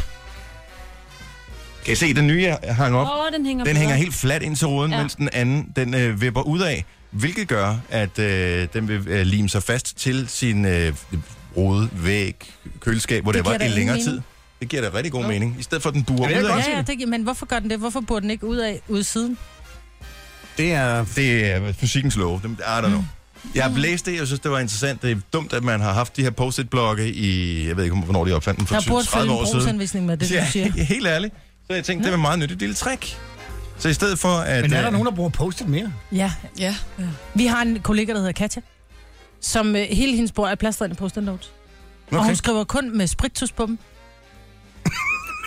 S1: Kan I se, den nye jeg hang op?
S8: Åh, oh, den hænger
S1: Den
S8: bedre.
S1: hænger helt fladt ind til ruden, ja.
S8: Ja.
S1: mens den anden, den øh, vipper ud af, hvilket gør, at øh, den vil øh, lime sig fast til sin øh, rode, væg, køleskab, hvor det,
S4: Det
S1: var
S4: giver da
S1: i
S4: ingen
S1: længere
S4: mening.
S1: tid. Det giver da rigtig god mening. I stedet for, at den burer
S2: Ja, det er
S1: ud af.
S2: godt.
S4: Ja, ja, det, men hvorfor gør den det? Hvorfor burde den ikke ud af ude siden?
S2: Det er...
S1: Det er fysikkens lov. Dem- I don't know. Jeg har læst det, jeg synes, det var interessant. Det er dumt, at man har haft de her post-it-blokke i... Jeg ved ikke, hvornår de opfandt dem, for
S4: Der burde
S1: 20,
S4: følge
S1: 30
S4: en
S1: år siden.
S4: brugsanvisning med det, du siger.
S1: Ja, <laughs> helt ærligt. Så jeg tænkte, det var meget nyttigt lille trick. Så i stedet for, at...
S2: Men er der
S1: øh,
S2: nogen, der bruger post-it mere?
S4: Ja,
S5: ja.
S4: vi har en kollega, der hedder Katja, som øh, hele hendes bord er plastret i post-it notes. Okay. Og
S1: Okay.
S4: hun skriver kun med sprittus
S1: <laughs>
S4: på dem.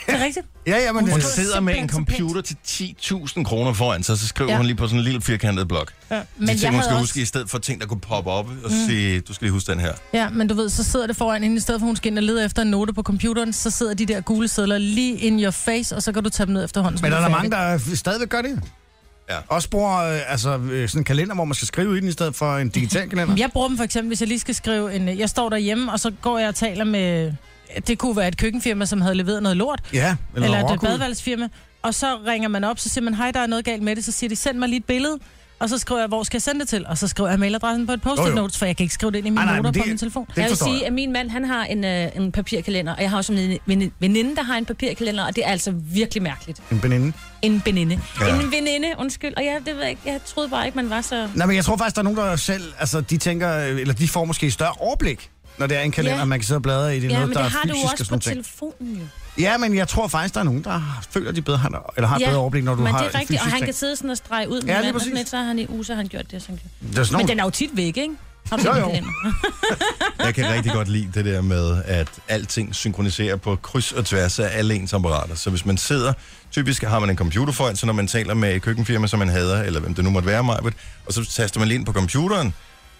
S4: det er rigtigt.
S2: Ja, ja, men
S1: Hun
S2: det,
S1: sidder med en
S4: simpelthen så pænt.
S1: computer til 10.000 kroner foran sig, så skriver ja.
S4: Ja.
S1: hun lige på sådan en lille firkantet blok.
S4: Ja.
S1: Men de
S4: jeg
S1: ting, hun
S4: havde
S1: skal også...
S4: også-
S1: huske, i stedet for ting, der kunne poppe op og mm. sige, du skal lige huske den her.
S4: Ja, men du ved, så sidder det foran hende, i stedet for hun skal ind og lede efter en note på computeren, så sidder de der gule sædler lige in your face, og så kan du tage dem ned efterhånden. som
S2: Men
S4: du
S2: er der
S4: færdig.
S2: mange, der stadigvæk gør det?
S1: Ja.
S2: Også bruger øh, altså, øh, sådan en kalender, hvor man skal skrive i den, i stedet for en digital kalender.
S4: Jeg bruger dem for eksempel, hvis jeg lige skal skrive en... øh, Jeg står derhjemme, og så går jeg og taler med... Det kunne være et køkkenfirma, som havde leveret noget lort,
S2: Ja,
S4: eller, eller et
S2: rockwool.
S4: badeværelsesfirma. Og så ringer man op, så siger man, hej, der er noget galt med det. Så siger de, send mig lige et billede. Og så skriver jeg, hvor skal jeg sende det til? Og så skriver jeg mailadressen på et
S2: Jo,
S4: post-it
S2: jo.
S4: notes, for jeg kan ikke skrive det ind i mine
S2: Ej, Ah, nej, men
S4: noter
S2: det-
S4: på min telefon.
S2: Det
S8: jeg vil
S2: forstår
S8: sige,
S2: jeg.
S8: at min mand han har en, øh, en papirkalender, og jeg har også en veninde- veninde, der har en papirkalender, og det er altså virkelig mærkeligt.
S2: En veninde.
S8: En veninde.
S1: Ja.
S8: Ja. En veninde, undskyld. Og jeg, det ved jeg, ikke, jeg troede bare ikke, man var så...
S2: Nej, men jeg tror faktisk, der er nogen, der selv, altså de tænker, øh, eller de får måske et større overblik, når det er en kalender,
S8: Ja.
S2: ja. man kan sidde og bladre i det,
S8: Ja,
S2: noget,
S8: men
S2: der
S8: det
S2: er
S8: har du
S2: fysisk
S8: jo
S2: og
S8: også på
S2: sådan noget.
S8: telefonen, jo.
S2: Ja, men jeg tror faktisk, der er nogen, der har- føler, de bedre har, eller har et
S8: ja,
S2: bedre overblik, når du
S8: men
S2: har
S8: det er
S2: et
S8: rigtigt,
S2: fysisk
S8: og han
S2: ting.
S8: kan sidde sådan og strege ud med
S2: Ja, lige
S8: manden, og sådan
S2: præcis.
S8: lidt, så har han i uge, så har han gjort det, som han gjorde.
S2: Der er sådan
S8: Men
S2: nogen,
S8: den er jo tit væk, ikke? Har du
S2: Jo,
S8: set den
S2: jo.
S8: kalender?
S1: Jeg kan rigtig godt lide det der med, at alting synkroniserer på kryds og tværs af alle ens apparater. Så hvis man sidder, typisk har man en computer foran, så når man taler med et køkkenfirma, som man hader, eller hvem det nu måtte være, Majbet, og så taster man lige ind på computeren,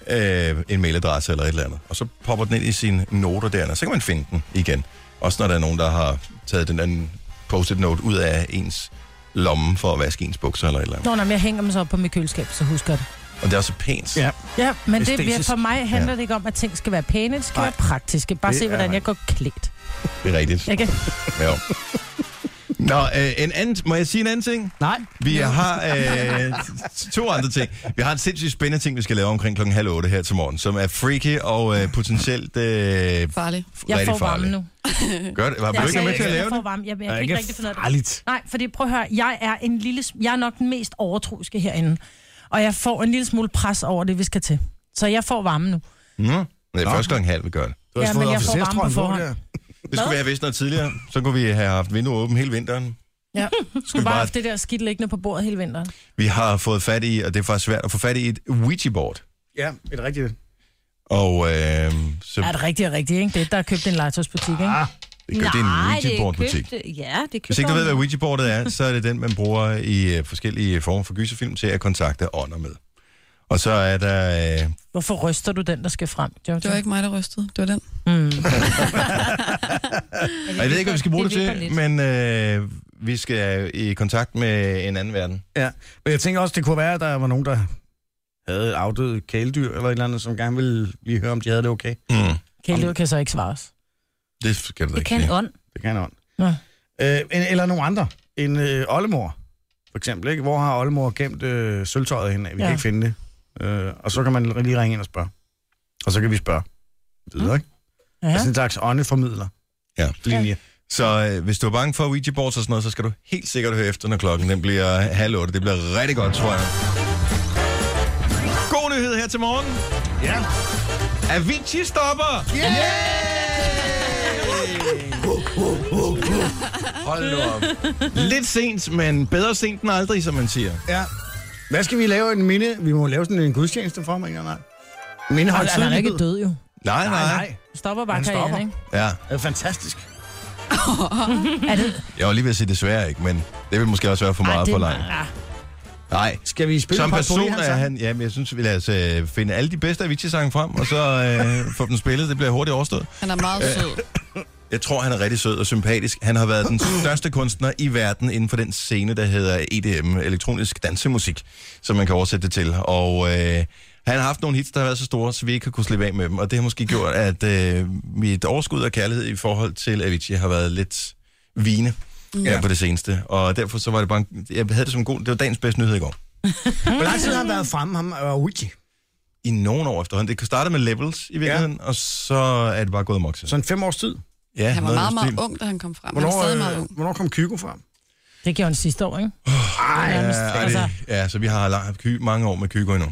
S1: øh, en mailadresse eller et eller andet, og så popper den ind i sine noter der, og så kan man finde den igen. Også når der er nogen, der har taget den anden post-it note ud af ens lomme for at vaske ens bukser eller et eller andet.
S4: Nå, nej, men jeg hænger dem så op på mit køleskab, så husker jeg det.
S1: Og det er også pænt.
S2: Ja.
S4: Ja, men det,
S2: Æstetisk.
S4: vir- for mig handler
S1: Ja.
S4: ja. det ikke om, at ting skal være pæne, det skal
S2: Nej.
S4: være praktiske. Bare
S2: Det
S4: se,
S2: er
S4: hvordan jeg
S2: rigtigt.
S4: går klædt.
S1: Det er rigtigt.
S4: Jeg kan...
S1: Ja. Nå, øh, en anden, må jeg sige en anden ting?
S2: Nej,
S1: Vi har øh, to andre ting. Vi har en sindssygt spændende ting, vi skal lave omkring klokken halv otte her til morgen, som er freaky og øh, potentielt øh, rigtig
S5: Farlig.
S4: Jeg får varme
S1: farlig.
S4: nu.
S1: Gør det. Var du ikke med til at lave
S4: jeg får
S1: det?
S4: varme. Jeg, jeg,
S2: Der er
S4: jeg kan
S2: ikke
S4: ikke rigtig finde ud af det.
S2: farligt.
S4: Nej, fordi prøv at høre, jeg er, en lille, sm- jeg er nok den mest overtroiske herinde. Og jeg får en lille smule pres over det, vi skal til. Så jeg får varme nu.
S1: Mm. Det er først klokken halv, vi gør det.
S2: Du har
S4: Ja,
S2: fået
S4: men jeg får varme
S2: officerstrøjen
S4: på
S2: på
S4: forhånd.
S2: der.
S1: Det skulle vi have vidst noget tidligere. Så kunne vi have haft vinduet åbent hele vinteren.
S4: Ja.
S1: vi
S4: <laughs> Skulle bare
S1: bare-
S4: have haft det der skidt liggende på bordet hele vinteren.
S1: Vi har fået fat i, og det er faktisk svært at få fat i, et Ouija-board.
S2: Ja, et rigtigt. <laughs>
S1: Og øh, så
S4: Er det rigtigt og rigtigt, ikke? Det er der har købt en legetøjsbutik, ikke?
S2: Ah,
S1: det er en Ouija-board-butik.
S8: købt. Ja, det købte
S1: Hvis ikke du ved, hvad Ouija-bordet er, så er det den, man bruger i øh, forskellige former for gyserfilm til at kontakte ånder med. Og så er der... Øh, <laughs>
S4: Hvorfor ryster du den, der skal frem, Jojo? Mm.
S5: Det var ikke mig, der rystede. Det var den.
S1: og jeg ved ikke, hvad vi skal bruge det,
S8: vipper
S1: til,
S8: lidt.
S1: men øh, vi skal i kontakt med en anden verden.
S2: ja. Men jeg tænker også, det kunne være, at der var nogen, der havde et afdødt kæledyr eller et eller andet, som gerne ville lige høre, om de havde det okay.
S1: Mm.
S4: Kæledyr kan så ikke svare os.
S1: Det skal du da
S8: Det
S1: ikke
S8: kan
S1: sige.
S8: ånd.
S2: Det kan han
S4: Nå.
S2: øh, en- Eller nogen andre. En øh, oldemor, for eksempel. Ikke? Hvor har oldemor gemt øh, sølvtøjet henne? Vi ja.
S4: Ja.
S2: kan ikke finde det. Øh, og så kan man lige ringe ind og spørge. Og så kan vi spørge. Videre, ikke? Ja.
S4: Ja.
S2: Altså en slags åndeformidler.
S1: Ja.
S2: Linje.
S1: Så øh, hvis du er bange for Ouija boards og sådan noget, så skal du helt sikkert høre efter, når klokken den bliver halv otte. Det bliver rigtig godt, tror jeg. God nyhed her til morgen.
S2: Ja.
S1: Avicii stopper! Yeah! Hold nu op. Lidt sent, men bedre sent end aldrig, som man siger.
S2: ja. Hvad skal vi lave en minde? Vi må lave sådan en gudstjeneste for ham, ikke? Nej. Minde
S4: Og han er
S2: højtidlighed.
S4: ikke død, jo.
S1: Nej, nej.
S2: Nej, nej.
S4: Stopper bare
S2: Han
S4: karrieren,
S2: stopper.
S4: ikke?
S1: Ja,
S2: Det er fantastisk.
S1: jeg var lige ved at sige desværre ikke, men det vil måske også være for
S4: Ej,
S1: meget
S4: det
S1: for
S4: er ah,
S1: langt. Nej,
S2: Skal vi spille
S1: Som
S2: et par
S1: person
S2: Spolehan-sange?
S1: er han... Jamen, jeg synes, vi lader os øh, finde alle de bedste Avicii-sange frem, og så øh, få dem spillet. Det bliver hurtigt overstået.
S5: Han er meget sød.
S1: Jeg tror, han er rigtig sød og sympatisk. Han har været <laughs> den største kunstner i verden inden for den scene, der hedder EDM, elektronisk dansemusik, som man kan oversætte det til. Og øh, han har haft nogle hits, der har været så store, så vi ikke har kunnet slippe af med dem. Og det har måske gjort, at øh, mit overskud og kærlighed i forhold til Avicii har været lidt vigende ja. på det seneste. Og derfor så var det bare... En, jeg havde det som en god... Det var dagens bedste nyhed i går.
S2: Hvor lang tid har han været fremme, ham og Ouija?
S1: I nogle år efterhånden. Det startede med levels i virkeligheden, ja. og så er det bare gået amok. siden.
S2: Sådan fem års tid.
S1: Ja,
S5: Han var
S1: noget i
S5: meget,
S1: den
S5: meget
S1: stil.
S5: ung, da han kom frem. Han er
S2: Hvornår,
S5: stadig meget
S2: øh,
S5: ung.
S2: hvornår kom Kygo frem?
S4: Det gjorde han sidste år, ikke?
S2: Ej,
S1: Ja, ej,
S4: altså.
S1: det, ja, så vi har lang, ky, mange år med Kygo endnu.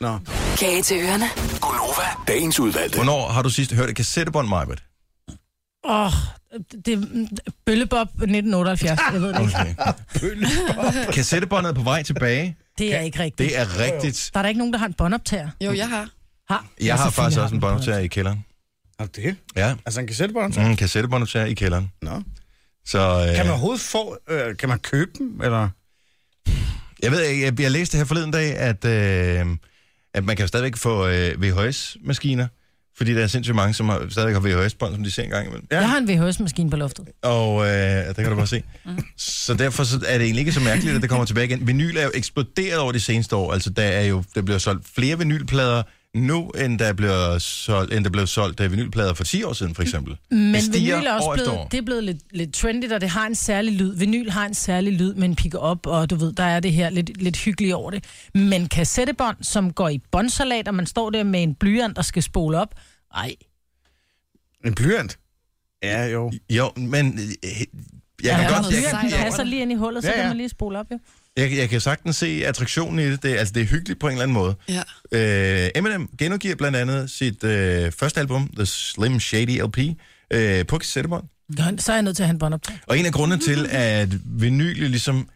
S2: Nå.
S6: Kage til ørerne.
S7: Gonova, dagens udvalgte.
S1: Hvornår har du sidst hørt et kassettebånd, Majbert?
S4: Åh, oh, det er mm, Bøllebop 1978, jeg ved det ikke.
S1: Okay. Kassettebåndet er på vej tilbage.
S4: Det er ikke rigtigt.
S1: Det er rigtigt.
S4: Der er der ikke nogen, der har en båndoptager. Altså,
S5: Jo, jeg har.
S4: Har. Ja,
S1: Jeg har
S4: selvfølgelig
S1: faktisk
S4: har
S1: også
S4: den
S1: en båndoptager i kælderen.
S2: Er det?
S1: Ja,
S2: Altså en kassettebånd?
S1: mm, kassettebåndoptager i kælderen.
S2: Nå.
S1: Så øh,
S2: Kan man overhovedet få, øh, kan man købe dem, eller?
S1: jeg ved ikke, jeg, jeg læste her forleden dag, at, øh, at man kan jo stadigvæk få øh, VHS-maskiner, fordi der er sindssygt mange, som har, stadigvæk har VHS-bånd, som de ser engang imellem.
S4: Jeg har en VHS-maskine på loftet.
S1: Og øh, det kan du bare se. Så derfor så er det egentlig ikke så mærkeligt, at det kommer tilbage igen. Vinyl er jo eksploderet over de seneste år. Altså, der, er jo, der bliver solgt flere vinylplader nu, end der bliver solgt, end der blev solgt øh, vinylplader for 10 år siden, for eksempel.
S4: Men
S1: Det stiger
S4: vinyl er
S1: år
S4: også
S1: efter
S4: blevet,
S1: år.
S4: det er blevet lidt, lidt trendy, og det har en særlig lyd. Vinyl har en særlig lyd med en pick-up, og du ved, der er det her lidt, lidt hyggeligt over det. Men kassettebånd, som går i båndsalat, og man står der med en blyant, der skal spole op. Ej,
S2: En blyant? Ja, jo.
S1: Jo, men... Øh, jeg
S4: der
S1: kan,
S4: er
S1: godt,
S4: noget sejt
S1: jeg,
S4: over det passer lige ind i hullet, så
S2: Ja,
S4: ja,
S2: ja.
S4: ja. kan man lige spole op, jo.
S1: jeg, jeg kan sagtens se attraktionen i det. det er- altså, det er hyggeligt på en eller anden måde.
S5: Ja.
S1: Øh, Eminem genudgiver blandt andet sit øh, første album, The Slim Shady LP, øh, på kassettebånd.
S4: Nå, Så er jeg nødt til at have en båndoptager.
S1: Og en af grundene til, at vinyl ligesom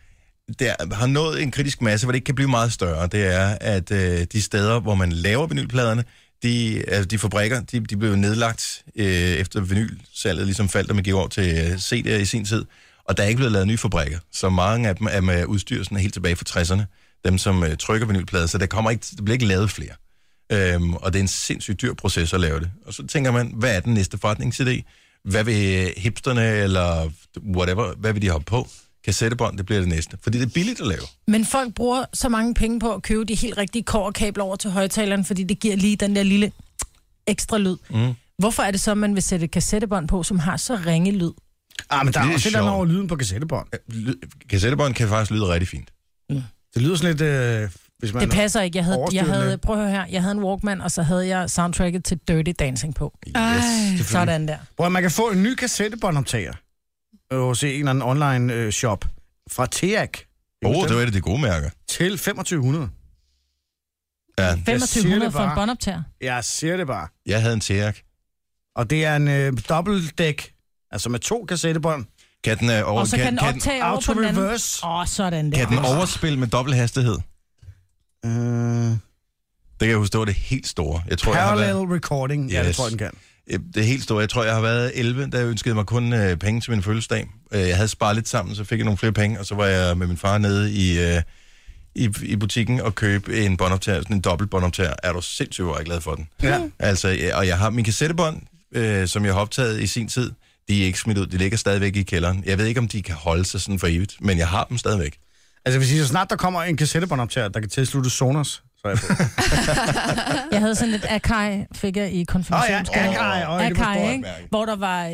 S1: der har nået en kritisk masse, hvor det ikke kan blive meget større, det er, at øh, de steder, hvor man laver vinylpladerne, de, altså de fabrikker, de, de blev jo nedlagt øh, efter vinylsalget ligesom faldt, og man gik over til øh, CD'er i sin tid. Og der er ikke blevet lavet nye fabrikker, så mange af dem er med udstyr sådan helt tilbage fra 60'erne, dem som øh, trykker vinylplader, så der, kommer ikke, der bliver ikke lavet flere. Øhm, og det er en sindssygt dyr proces at lave det. Og så tænker man, hvad er den næste forretningsidé? Hvad vil øh, hipsterne eller whatever, hvad vil de hoppe på? Kassettebånd, det bliver det næste. Fordi det er billigt at lave.
S4: Men folk bruger så mange penge på at købe de helt rigtige kårkabler over til højtaleren, fordi det giver lige den der lille ekstra lyd. Mm. Hvorfor er det så, at man vil sætte et kassettebånd på, som har så ringe lyd?
S2: Ah, men der
S1: Det
S2: er
S1: er
S2: også et eller andet
S1: sjovt.
S2: over lyden på kassettebånd.
S1: Lyd- Kassettebånd kan faktisk lyde rigtig fint.
S2: Det lyder sådan lidt, øh, hvis man...
S4: Det passer ikke. Jeg havde, jeg
S2: overstyrende.
S4: havde, prøv at høre her, jeg havde en Walkman, og så havde jeg soundtracket til Dirty Dancing på.
S1: Yes.
S4: Sådan der.
S2: Prøv, at man kan få en ny kassettebåndoptager øh, hos en eller anden online øh, shop fra TEAC
S1: Åh, oh, det var et af de gode mærker.
S2: til 2500.
S1: Ja,
S4: 2500 for en
S2: bare.
S4: båndoptager.
S2: Jeg siger det bare.
S1: jeg havde en Teac.
S2: Og det er en øh, dobbeltdæk, altså med to kassettebånd.
S1: Kan den, øh, over,
S4: Og så kan den
S1: kan,
S4: optage over på den anden.
S2: Auto-reverse.
S4: Åh, oh, sådan der.
S1: kan den overspille med dobbelt hastighed?
S2: Øh,
S1: Det kan jeg huske, det var det helt store. Jeg tror, jeg har været,
S2: parallel recording, yes. ja, det
S1: Yes.
S2: tror jeg, den kan.
S1: øh, det helt store. Jeg tror, jeg har været 11, da jeg ønskede mig kun øh, penge til min fødselsdag. Øh, jeg havde sparet lidt sammen, så fik jeg nogle flere penge, og så var jeg med min far nede i, øh, i, i butikken og købe en båndoptager, sådan en dobbelt båndoptager. Er du sindssygt, hvor jeg er glad for den.
S2: Ja.
S1: Altså, ja, og jeg har min kassettebånd, øh, som jeg har optaget i sin tid. De er ikke smidt ud, de ligger stadigvæk i kælderen. Jeg ved ikke, om de kan holde sig sådan for evigt, men jeg har dem stadigvæk.
S2: Altså, hvis I så snart der kommer en kassettebåndoptager, der kan tilslutte Sonos, så er jeg på.
S4: Jeg havde sådan et Akai, fik jeg i konfirmationsgave.
S2: Åh ja, Akai, åh, det forstår
S4: Akai,
S2: jeg.
S4: ikke? Hvor der var, øh,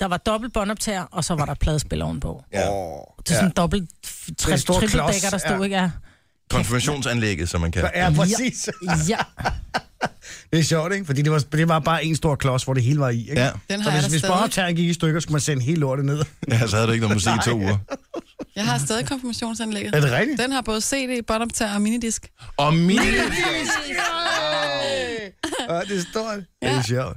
S4: der var dobbelt båndoptager, og så var der pladespil ovenpå.
S1: Ja.
S4: Det er sådan en dobbelt f- tri-
S2: stor
S4: trippeldækker, der
S2: klods,
S4: stod,
S2: ja.
S4: ikke? Ja.
S1: Konfirmationsanlægget, som man kan.
S2: Ja, præcis.
S4: ja.
S2: Det er sjovt, ikke? Fordi det var, det var bare en stor klods, hvor det hele var i, ikke?
S1: Ja,
S5: Den
S2: Så
S5: har jeg
S2: hvis,
S5: da
S2: hvis
S5: stadig.
S2: båndoptageren gik i stykker, skulle man sende hele lortet ned.
S1: ja så havde du ikke noget musik i to uger.
S5: Jeg har stadig konfirmationsanlægget.
S2: Er det rigtigt?
S5: Den har både CD, båndoptager og minidisk.
S1: Og min...
S2: Ja, det er stort. Ja. Det er sjovt.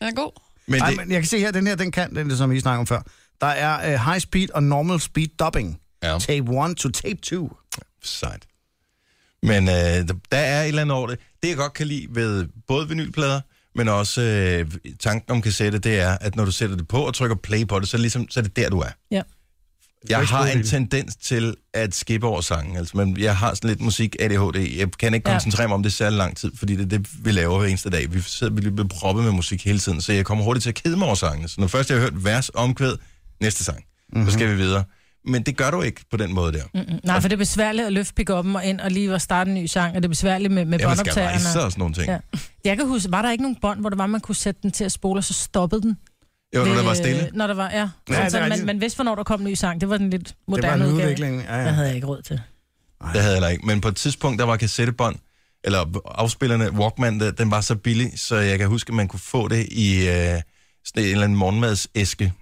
S5: Den er god.
S1: Men
S2: Ej,
S1: det,
S2: men jeg kan se her, den her, den kan, den er, som I snakkede om før. Der er uh, high speed og normal speed dubbing.
S1: Ja.
S2: Tape 1 to tape 2.
S1: Sejt. Men øh, der, der er et eller andet over det. Det, jeg godt kan lide ved både vinylplader, men også øh, tanken om kassette, det er, at når du sætter det på og trykker play på det, så, er det ligesom, så er det der, du er.
S4: Ja.
S1: Jeg
S2: ikke
S1: har
S2: bruge
S1: en
S2: det.
S1: tendens til at skippe over sangen. Altså, men jeg har sådan lidt musik ADHD. Jeg kan ikke
S4: Ja.
S1: koncentrere mig om det særlig lang tid, fordi det er det, vi laver hver eneste dag. Vi sidder vi bliver proppet med musik hele tiden, så jeg kommer hurtigt til at kede mig over sangene. Så når først jeg har hørt vers omkvæd, næste sang, mm-hmm. så skal vi videre. Men det gør du ikke på den måde der.
S4: Mm, Nej, for det er besværligt at løfte pick-up'en og ind og lige at starte en ny sang, og det er besværligt med, med
S1: Ja, man skal
S4: båndoptagerne.
S1: rejse sig og sådan nogle ting.
S4: Ja. Jeg kan huske, var der ikke nogen bånd, hvor det var, man kunne sætte den til at spole, og så stoppede den?
S1: Jo, når
S4: ved-
S1: der var stille.
S4: Når der var, ja.
S2: Ja,
S4: ja
S2: det er
S4: så man,
S2: rigtigt.
S4: man vidste, hvornår der kom en ny sang. Det var den lidt
S2: Det
S4: moderne
S2: var en
S4: udgave.
S2: udvikling. Ja,
S4: Den
S2: ja.
S4: havde jeg ikke råd til.
S1: Det havde jeg heller ikke. Men på et tidspunkt, der var kassettebånd, eller afspillerne, Walkman, der, den var så billig, så jeg kan huske, at man kunne få det i øh, sådan en eller anden morgenmadsæske.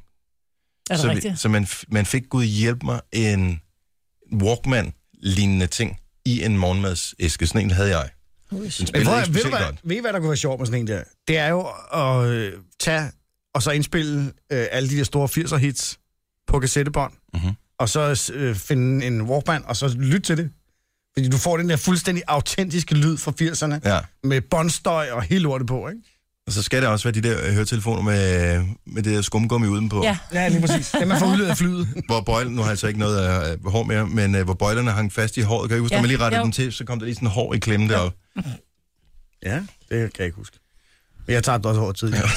S4: Er det
S1: så
S4: rigtigt?
S1: så man, f- man fik Gud hjælp mig en Walkman-lignende ting i en morgenmadsæske. Sådan en havde jeg. Den
S2: Men
S1: spillede
S2: prøv,
S1: ikke
S2: at- ved, du
S1: specielt
S2: hvad,
S1: godt.
S2: ved I, hvad der kunne være sjovt med sådan en der? Det er jo at øh, tage og så indspille øh, alle de der store 80'er hits på kassettebånd,
S1: Mhm.
S2: og så øh, finde en Walkman, og så lytte til det. Fordi du får den der fuldstændig autentiske lyd fra 80'erne,
S1: Ja.
S2: med båndstøj og hele lortet på, ikke?
S1: Og så skal det også være de der øh, høretelefoner med, med det der skumgummi udenpå.
S4: Ja.
S2: Ja, lige præcis. Det man får udledet af flyet.
S1: Hvor bøjlen, nu har jeg så ikke noget af hår mere, men øh, hvor bøjlerne hang fast i håret. Kan jeg huske, ja.
S4: Ja,
S1: når man lige rettede
S4: jo.
S1: dem til, så kom der lige sådan en hår i klemme deroppe.
S2: Ja, det kan jeg ikke huske. Men jeg tabte også hårdt tidligere.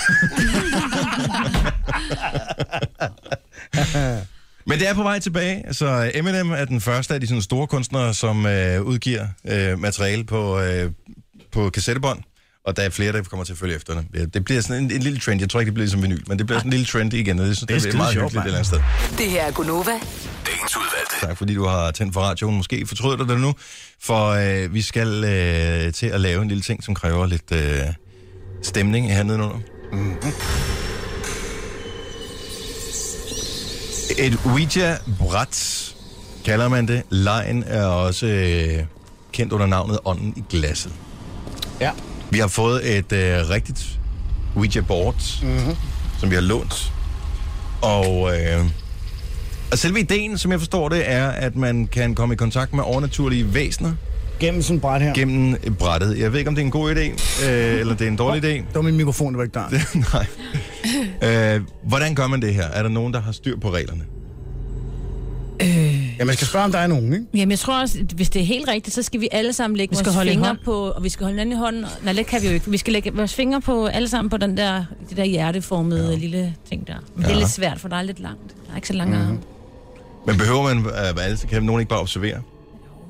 S1: Men det er på vej tilbage. Altså, Eminem er den første af de sådan, store kunstnere, som øh, udgiver øh, materiale på, øh, på kassettebånd. Og der er flere, der kommer til at følge efter det. Ja, det bliver sådan en, en lille trend. Jeg tror ikke, det bliver ligesom vinyl, men det bliver sådan en lille trend igen. Og det, det, det
S2: skide
S1: bliver meget
S2: sjovt,
S1: hyggeligt et
S2: mand.
S1: eller andet sted.
S6: Det her er Gunova.
S7: Dagens udvalgte.
S1: Tak fordi du har tændt for radioen. Måske fortryder du det nu, for øh, vi skal øh, til at lave en lille ting, som kræver lidt øh, stemning her nedenunder. Mm-hmm. Et Ouija-bræt kalder man det. Lejen er også øh, kendt under navnet Ånden i glasset.
S2: Ja.
S1: Vi har fået et øh, rigtigt Ouija-board, mm-hmm. som vi har lånt. Og, øh, og selve ideen, som jeg forstår det, er, at man kan komme i kontakt med overnaturlige væsener
S2: Gennem sådan et bræt her.
S1: gennem brættet. Jeg ved ikke, om det er en god idé, øh, eller det er en dårlig idé. <laughs>
S2: Det var min mikrofon, der var ikke der.
S1: Nej. Øh, hvordan gør man det her? Er der nogen, der har styr på reglerne?
S2: Ja, man skal spørge, om der er nogen, ikke?
S8: Jamen, jeg tror også, at hvis det er helt rigtigt, så skal vi alle sammen lægge
S4: Vi skal
S8: vores
S4: holde en
S8: fingre
S4: hånd.
S8: på... Og vi skal holde hinanden i hånden. og- Nej, det kan vi jo ikke. Vi skal lægge vores fingre på alle sammen på den der, det der hjerteformede ja. lille ting der. Men det
S1: Ja. Mhm.
S8: er lidt svært, for der er lidt langt. Der er ikke så lange mm-hmm. arme.
S1: Men behøver man, øh, altså, kan nogen ikke bare observere?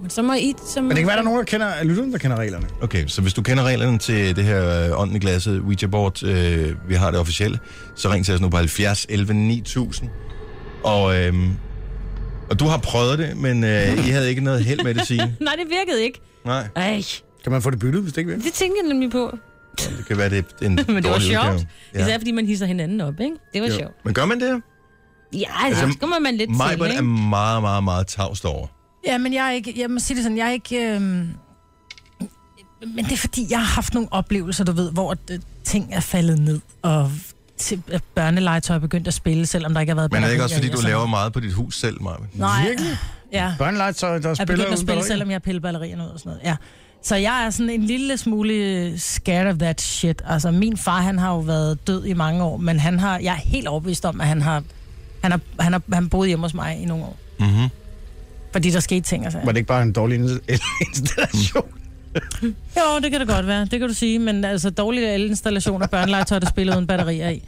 S8: Men så må I... Så må...
S2: Men det kan være, der er nogen, der kender, af lytterne, der kender reglerne.
S1: Okay, så hvis du kender reglerne til det her øh, ånden i glasset Ouija-board, øh, vi har det officielle, så ring til os nu på 70 11 9000. Og, øh, og du har prøvet det, men øh, I havde ikke noget held med det,
S8: <laughs>
S1: sige.
S8: Nej, det virkede ikke.
S1: Nej,
S8: Ej,
S2: Kan man få det byttet, hvis det ikke vil?
S8: det tænker jeg nemlig på.
S1: det kan være, det er en
S8: <laughs> Men det var
S1: dårlig
S8: sjovt.
S1: udgave.
S8: Ja. Især fordi man hisser hinanden op, ikke? Det var
S2: Jo.
S8: sjovt.
S1: Men gør man det?
S8: Ja, altså,
S1: Altså,
S8: så kommer man lidt til,
S1: Majbert
S8: ikke?
S1: er meget, meget, meget tavst over.
S4: Ja, men jeg er ikke, jeg må sige det sådan, jeg er ikke... Øhm, men det er fordi, jeg har haft nogle oplevelser, du ved, hvor øh, ting er faldet ned, og til at børnelegetøj er begyndt at spille, selvom der ikke har været
S1: Men er det ikke også, fordi
S4: batterier
S1: du
S4: i og
S1: laver meget på dit hus selv, Maja?
S4: sådan noget? Nej,
S2: Virkelig?
S4: ja.
S2: Børnelegetøj, der
S4: Jeg er
S2: spiller
S4: begyndt at
S2: uden
S4: spille,
S2: batteri.
S4: selvom jeg piller batterierne ud og sådan noget. Ja. Så jeg er sådan en lille smule øh, scared of that shit. Altså, min far, han har jo været død i mange år, men han har, jeg er helt overbevist om, at han har, han har, han har, han boet hjemme hos mig i nogle år.
S1: Mm-hmm.
S4: Fordi der skete ting og sager.
S2: Var det ikke bare en dårlig ins- installation?
S4: Jo, det kan det godt være. Det kan du sige. Men altså, dårlig elinstallation og børnelegetøj, der spiller uden batterier i.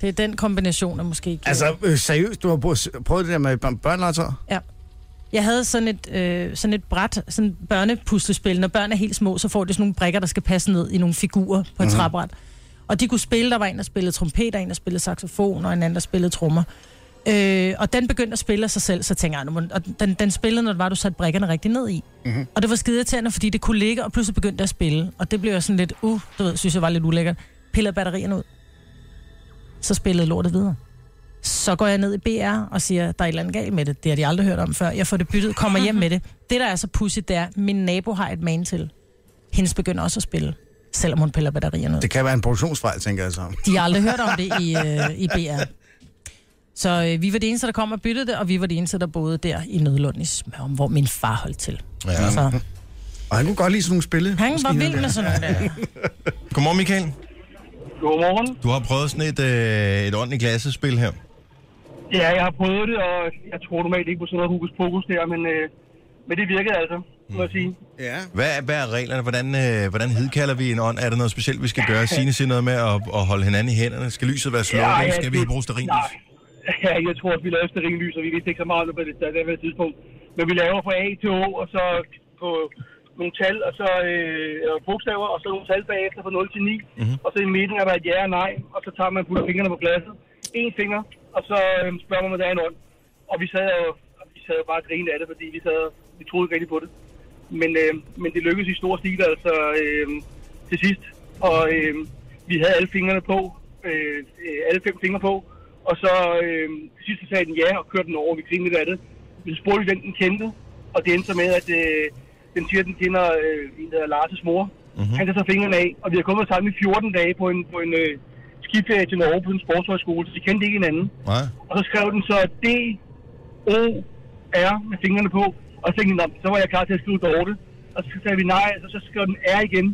S4: Det er den kombination, der måske ikke...
S2: Altså, øh, seriøst, du har prøvet- prøvet det der med børn- børnelegetøj?
S4: Jeg havde sådan et, øh, sådan et bræt, sådan et børnepuslespil. Når børn er helt små, så får de sådan nogle brikker, der skal passe ned i nogle figurer på et
S2: Mhm.
S4: mm-hmm. træbræt. Og de kunne spille, der var en, der spillede trompet, og en, der spillede saxofon, og en anden, der spillede trommer. Øh, og den begyndte at spille af sig selv, så tænker jeg, nu må- og den, den spillede, når det var, du satte brikkerne rigtig ned i. Mm-hmm. Og det var skide irriterende, fordi det kunne ligge, og pludselig begyndte det at spille. Og det blev jeg sådan lidt, uh, du ved, synes jeg var lidt ulækkert. Pillede batterierne ud. Så spillede lortet videre. Så går jeg ned i BR og siger, der er et eller andet galt med det. Det har de aldrig hørt om før. Jeg får det byttet, kommer hjem med det. Det, der er så pudsigt, det er, min nabo har et man til. Hendes begynder også at spille, selvom hun piller batterierne ud.
S2: Det kan være en produktionsfejl, tænker jeg så.
S4: De har aldrig hørt om det i, øh, i BR. Så øh, vi var de eneste, der kom og byttede det, og vi var de eneste, der boede der i Nødlund i Smørum, hvor min far holdt til.
S1: Ja.
S4: Så
S2: Og han kunne godt lide sådan nogle spille.
S4: han var vild med sådan noget der.
S1: Godmorgen, Michael.
S9: Godmorgen.
S1: Du har prøvet sådan et, øh, et ordentligt klassespil her.
S9: Ja, jeg har prøvet det, og jeg tror normalt ikke på sådan noget hokus pokus der, men, øh, men det virkede altså, må jeg sige.
S1: Mm-hmm.
S2: Ja.
S1: Hvad, er- hvad er reglerne? Hvordan, øh, hvordan hidkalder vi en ånd? Er der noget specielt, vi skal gøre? Signe siger noget med at, at holde hinanden i hænderne. Skal lyset være slukket?
S9: Ja, ja,
S1: skal vi
S9: det-
S1: bruge sterinlys?
S9: Nej. <laughs> Ja, jeg tror, at vi lavede sterinlys, og vi vidste ikke så meget om det på det, der, der tidspunkt. Men vi laver fra A til O, og så på nogle tal, og så øh, eller bogstaver, og så nogle tal bagefter fra 0 til 9. Mm-hmm. Og så i midten er der et ja og nej, og så tager man putter fingrene på glasset. En finger, og så øh, spørger man, om der er en ånd. Og vi sad jo og vi sad jo bare og grinede af det, fordi vi, sad, vi troede ikke rigtig på det. Men, øh, men det lykkedes i stor stil altså øh, til sidst. Og øh, vi havde alle fingrene på, øh, øh, alle fem fingre på. Og så øh, til sidst så sagde den ja og kørte den over, vi grinede lidt af det. Vi spurgte, hvem den kendte, og det endte så med, at øh, den siger, at den kender øh, en, der hedder Lars' mor. Mm-hmm. Han kan tage fingrene af, og vi har kommet sammen i 14 dage på en, på en øh, skiferie til Norge på en sportshøjskole, så de kendte ikke hinanden.
S1: Nej.
S9: Og så skrev den så D, O, R med fingrene på. Og så tænkte jeg, "Nå, så var jeg klar til at skrive Dorte. Og så sagde vi nej, og så skrev den R igen.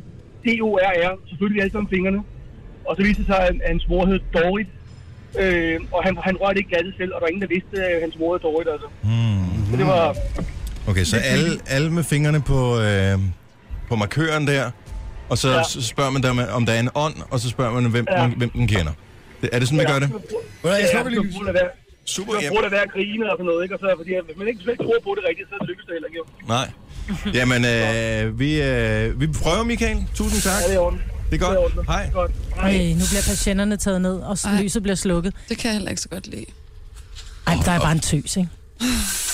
S9: D, O, R, R. Selvfølgelig alle sammen fingrene. Og så viste det sig, at hans mor hed Dorit. Øh, og han, han rørte ikke glattet selv, og der var ingen, der vidste, at hans mor hed Dorit. Altså. Mm. Så det var...
S1: Okay, så alle, alle med fingrene på, øh, på markøren der, og så, ja.
S9: Ja.
S1: så spørger man, der, om der er en ånd, og så spørger man, hvem, ja.
S9: Ja.
S1: man, hvem den kender. Det- Er det sådan, man gør det?
S2: Hvordan, jeg slukker lige
S9: så
S2: lyset.
S9: bruger det være.
S1: Super,
S9: Så
S1: ja.
S9: bruger det være at grine og sådan noget, ikke? Og så, fordi hvis man ikke, hvis man ikke tror på det rigtigt, så lykkes det heller ikke. jo.
S1: Nej. Jamen, øh, vi, øh, vi prøver, Michael. Tusind tak.
S9: Ja, det er i orden.
S1: Det er
S9: Det er i orden.
S1: godt. Hej.
S9: Godt.
S4: Ej, nu bliver patienterne taget ned, og
S5: Ej.
S4: lyset bliver slukket.
S5: Det kan jeg heller ikke så godt lide.
S4: Ej, der er bare en tøs, ikke?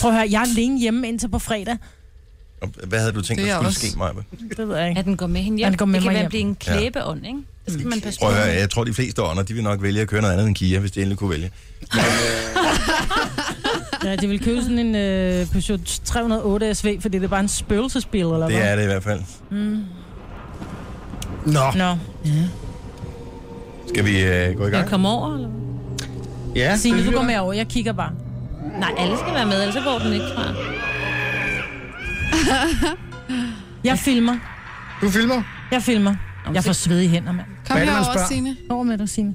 S4: Prøv at høre, jeg er alene hjemme indtil på fredag.
S1: Og Hvad havde du tænkt,
S5: Det
S1: der
S5: er
S1: skulle
S5: også-
S1: ske, Maja?
S4: Det ved jeg ikke.
S8: At den går med hende hjem.
S4: Den går med
S8: det kan
S4: mig
S8: være
S4: hjem.
S8: blive en klæbeånd, ikke? Det skal man passe
S1: Prøv at
S8: på.
S1: høre, jeg tror, de fleste ånder, de vil nok vælge at køre noget andet end Kia, hvis de endelig kunne vælge.
S4: Ja, de vil købe sådan en øh, Peugeot 308 SV, fordi det er bare en spøgelsesbil, eller
S1: Det
S4: hvad?
S1: er det i hvert fald.
S2: Nå.
S4: Nå,
S1: Skal vi øh, gå i
S8: Skal jeg
S1: gang?
S8: komme over, eller hvad?
S2: Ja,
S4: Signe,
S2: det
S4: du går
S2: lyder-
S4: med over. Jeg kigger bare.
S8: Nej, alle skal være med, ellers så går den ikke fra.
S4: Jeg filmer.
S2: Du filmer.
S4: Jeg filmer. Jeg får svedige hænder, mand.
S2: Hvad
S5: Kom
S2: er det, man
S5: herover,
S2: spørger?
S5: Signe.
S4: Over med dig, Signe.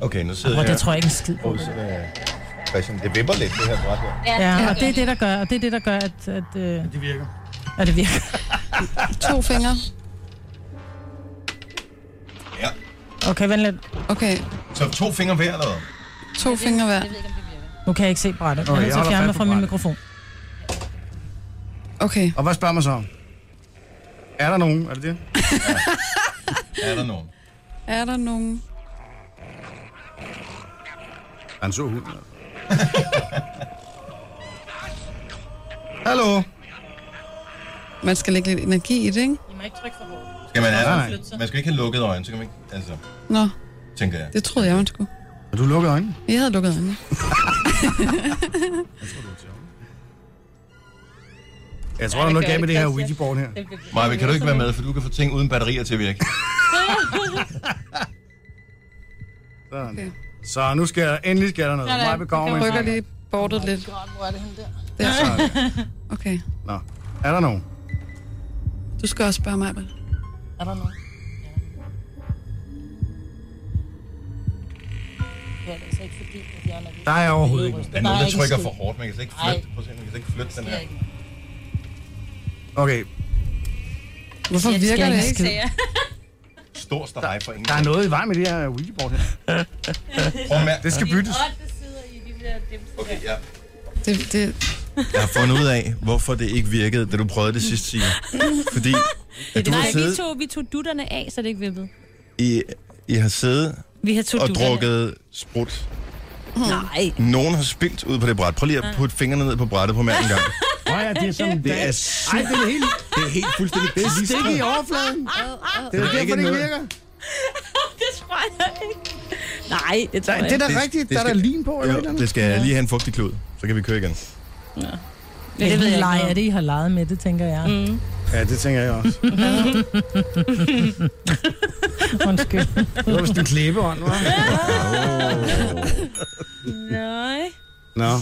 S1: Okay, nu sidder
S4: Hvor
S1: jeg
S4: det tror jeg ikke en skid på.
S1: på sådan, øh, Christian, det vipper lidt, det her bræt her.
S4: Ja, og det er det, der gør, og det er det, der gør, at, at, øh,
S2: Det virker.
S4: at det virker.
S5: To fingre.
S1: Ja.
S4: Okay, vent lidt.
S5: Okay,
S1: Så to fingre hver, eller hvad?
S5: to fingre hver.
S4: Nu kan jeg ikke se brættet. Jeg er nødt til
S2: jeg
S4: at
S2: holder
S4: fjerne mig
S2: fast på
S4: fra min
S2: brættet.
S4: mikrofon.
S5: Okay.
S2: Og hvad spørger man så om? Er der nogen? Er det det?
S1: Er der nogen?
S5: Er der nogen?
S2: Er en sur hund? eller? Hallo?
S5: Man skal lægge lidt energi i det, ikke?
S4: I må ikke trykke for hårdt.
S1: Skal man,
S2: Nej,
S1: have,
S2: nej.
S1: man skal ikke have lukket øjnene, så kan man ikke, altså,
S5: Nå,
S1: tænker jeg.
S5: det troede jeg, man skulle.
S2: Har du lukket øjnene?
S5: Jeg havde lukket øjnene.
S2: Jeg tror, der er noget galt med det her Ouija-board her.
S1: Maja, kan du ikke være med, for du kan få ting uden batterier til at virke.
S2: Sådan.
S5: Okay.
S2: Så nu skal jeg, endelig sker der noget.
S10: Ja, da.
S2: Mig kommer
S5: Jeg
S2: med.
S5: rykker lige bordet lidt.
S10: Godt, hvor er det henne der?
S5: Der.
S2: Sådan.
S5: Okay.
S2: Nå, er der nogen?
S5: Du skal også spørge mig, Britt.
S10: Er der noget? Ja, det er altså ikke fordi, at jeg er nervøs.
S2: Der er jeg overhovedet ikke.
S1: Der er nogen, der
S10: ikke
S1: trykker
S10: skid.
S1: for hårdt. Man kan slet ikke
S10: Nej.
S1: flytte, Prøv at se, man kan slet ikke flytte den her.
S2: Okay,
S5: Hvorfor
S8: Ja, det skal
S5: virker
S8: jeg
S5: det
S8: ikke
S5: ikke?
S8: sagde jeg.
S1: Stor steg for
S2: der er
S1: ingen.
S2: noget i vej med det her Ouija-board her.
S1: Prøv med.
S2: Det skal byttes.
S1: Okay, ja.
S5: Det, det,
S1: Jeg har fundet ud af, hvorfor det ikke virkede, da du prøvede det sidste sige.
S8: <laughs>
S1: Fordi at du
S8: Nej,
S1: har
S8: vi
S1: siddet,
S8: tog, vi tog dutterne af, så det ikke vippede.
S1: I, I har siddet
S8: Vi har tog
S1: og
S8: dutterne.
S1: drukket sprut.
S8: Nej,
S1: Nogen har spildt ud på det bræt. Prøv lige at putte fingrene ned på brættet på manden en gang.
S2: Nå ja, det er sådan...
S1: Det er,
S2: Ej, det er helt,
S1: det er helt fuldstændig
S2: det er
S1: klistret.
S2: stik i overfladen.
S1: Det
S2: Det er
S1: er
S2: derfor,
S1: ikke
S2: det ikke
S1: noget.
S2: virker.
S8: det tror jeg ikke. Nej, det tror
S2: Nej,
S8: jeg
S2: det
S8: ikke.
S2: er da
S1: Det-
S2: rigtigt.
S1: det
S2: Der er der
S1: skal-
S2: lim på, eller et eller
S1: Jo, det
S2: andet.
S1: skal jeg lige have en fugtig klud. Så kan vi køre igen.
S4: Det er
S8: ved jeg
S4: ikke
S8: ikke
S4: lege
S8: noget
S4: af det, I har leget med det, tænker jeg. Mm.
S2: Ja, det tænker jeg også.
S4: <laughs> Undskyld.
S2: Det var <laughs> vist en klæbeånd, hva'?
S8: Nej.
S2: Nå.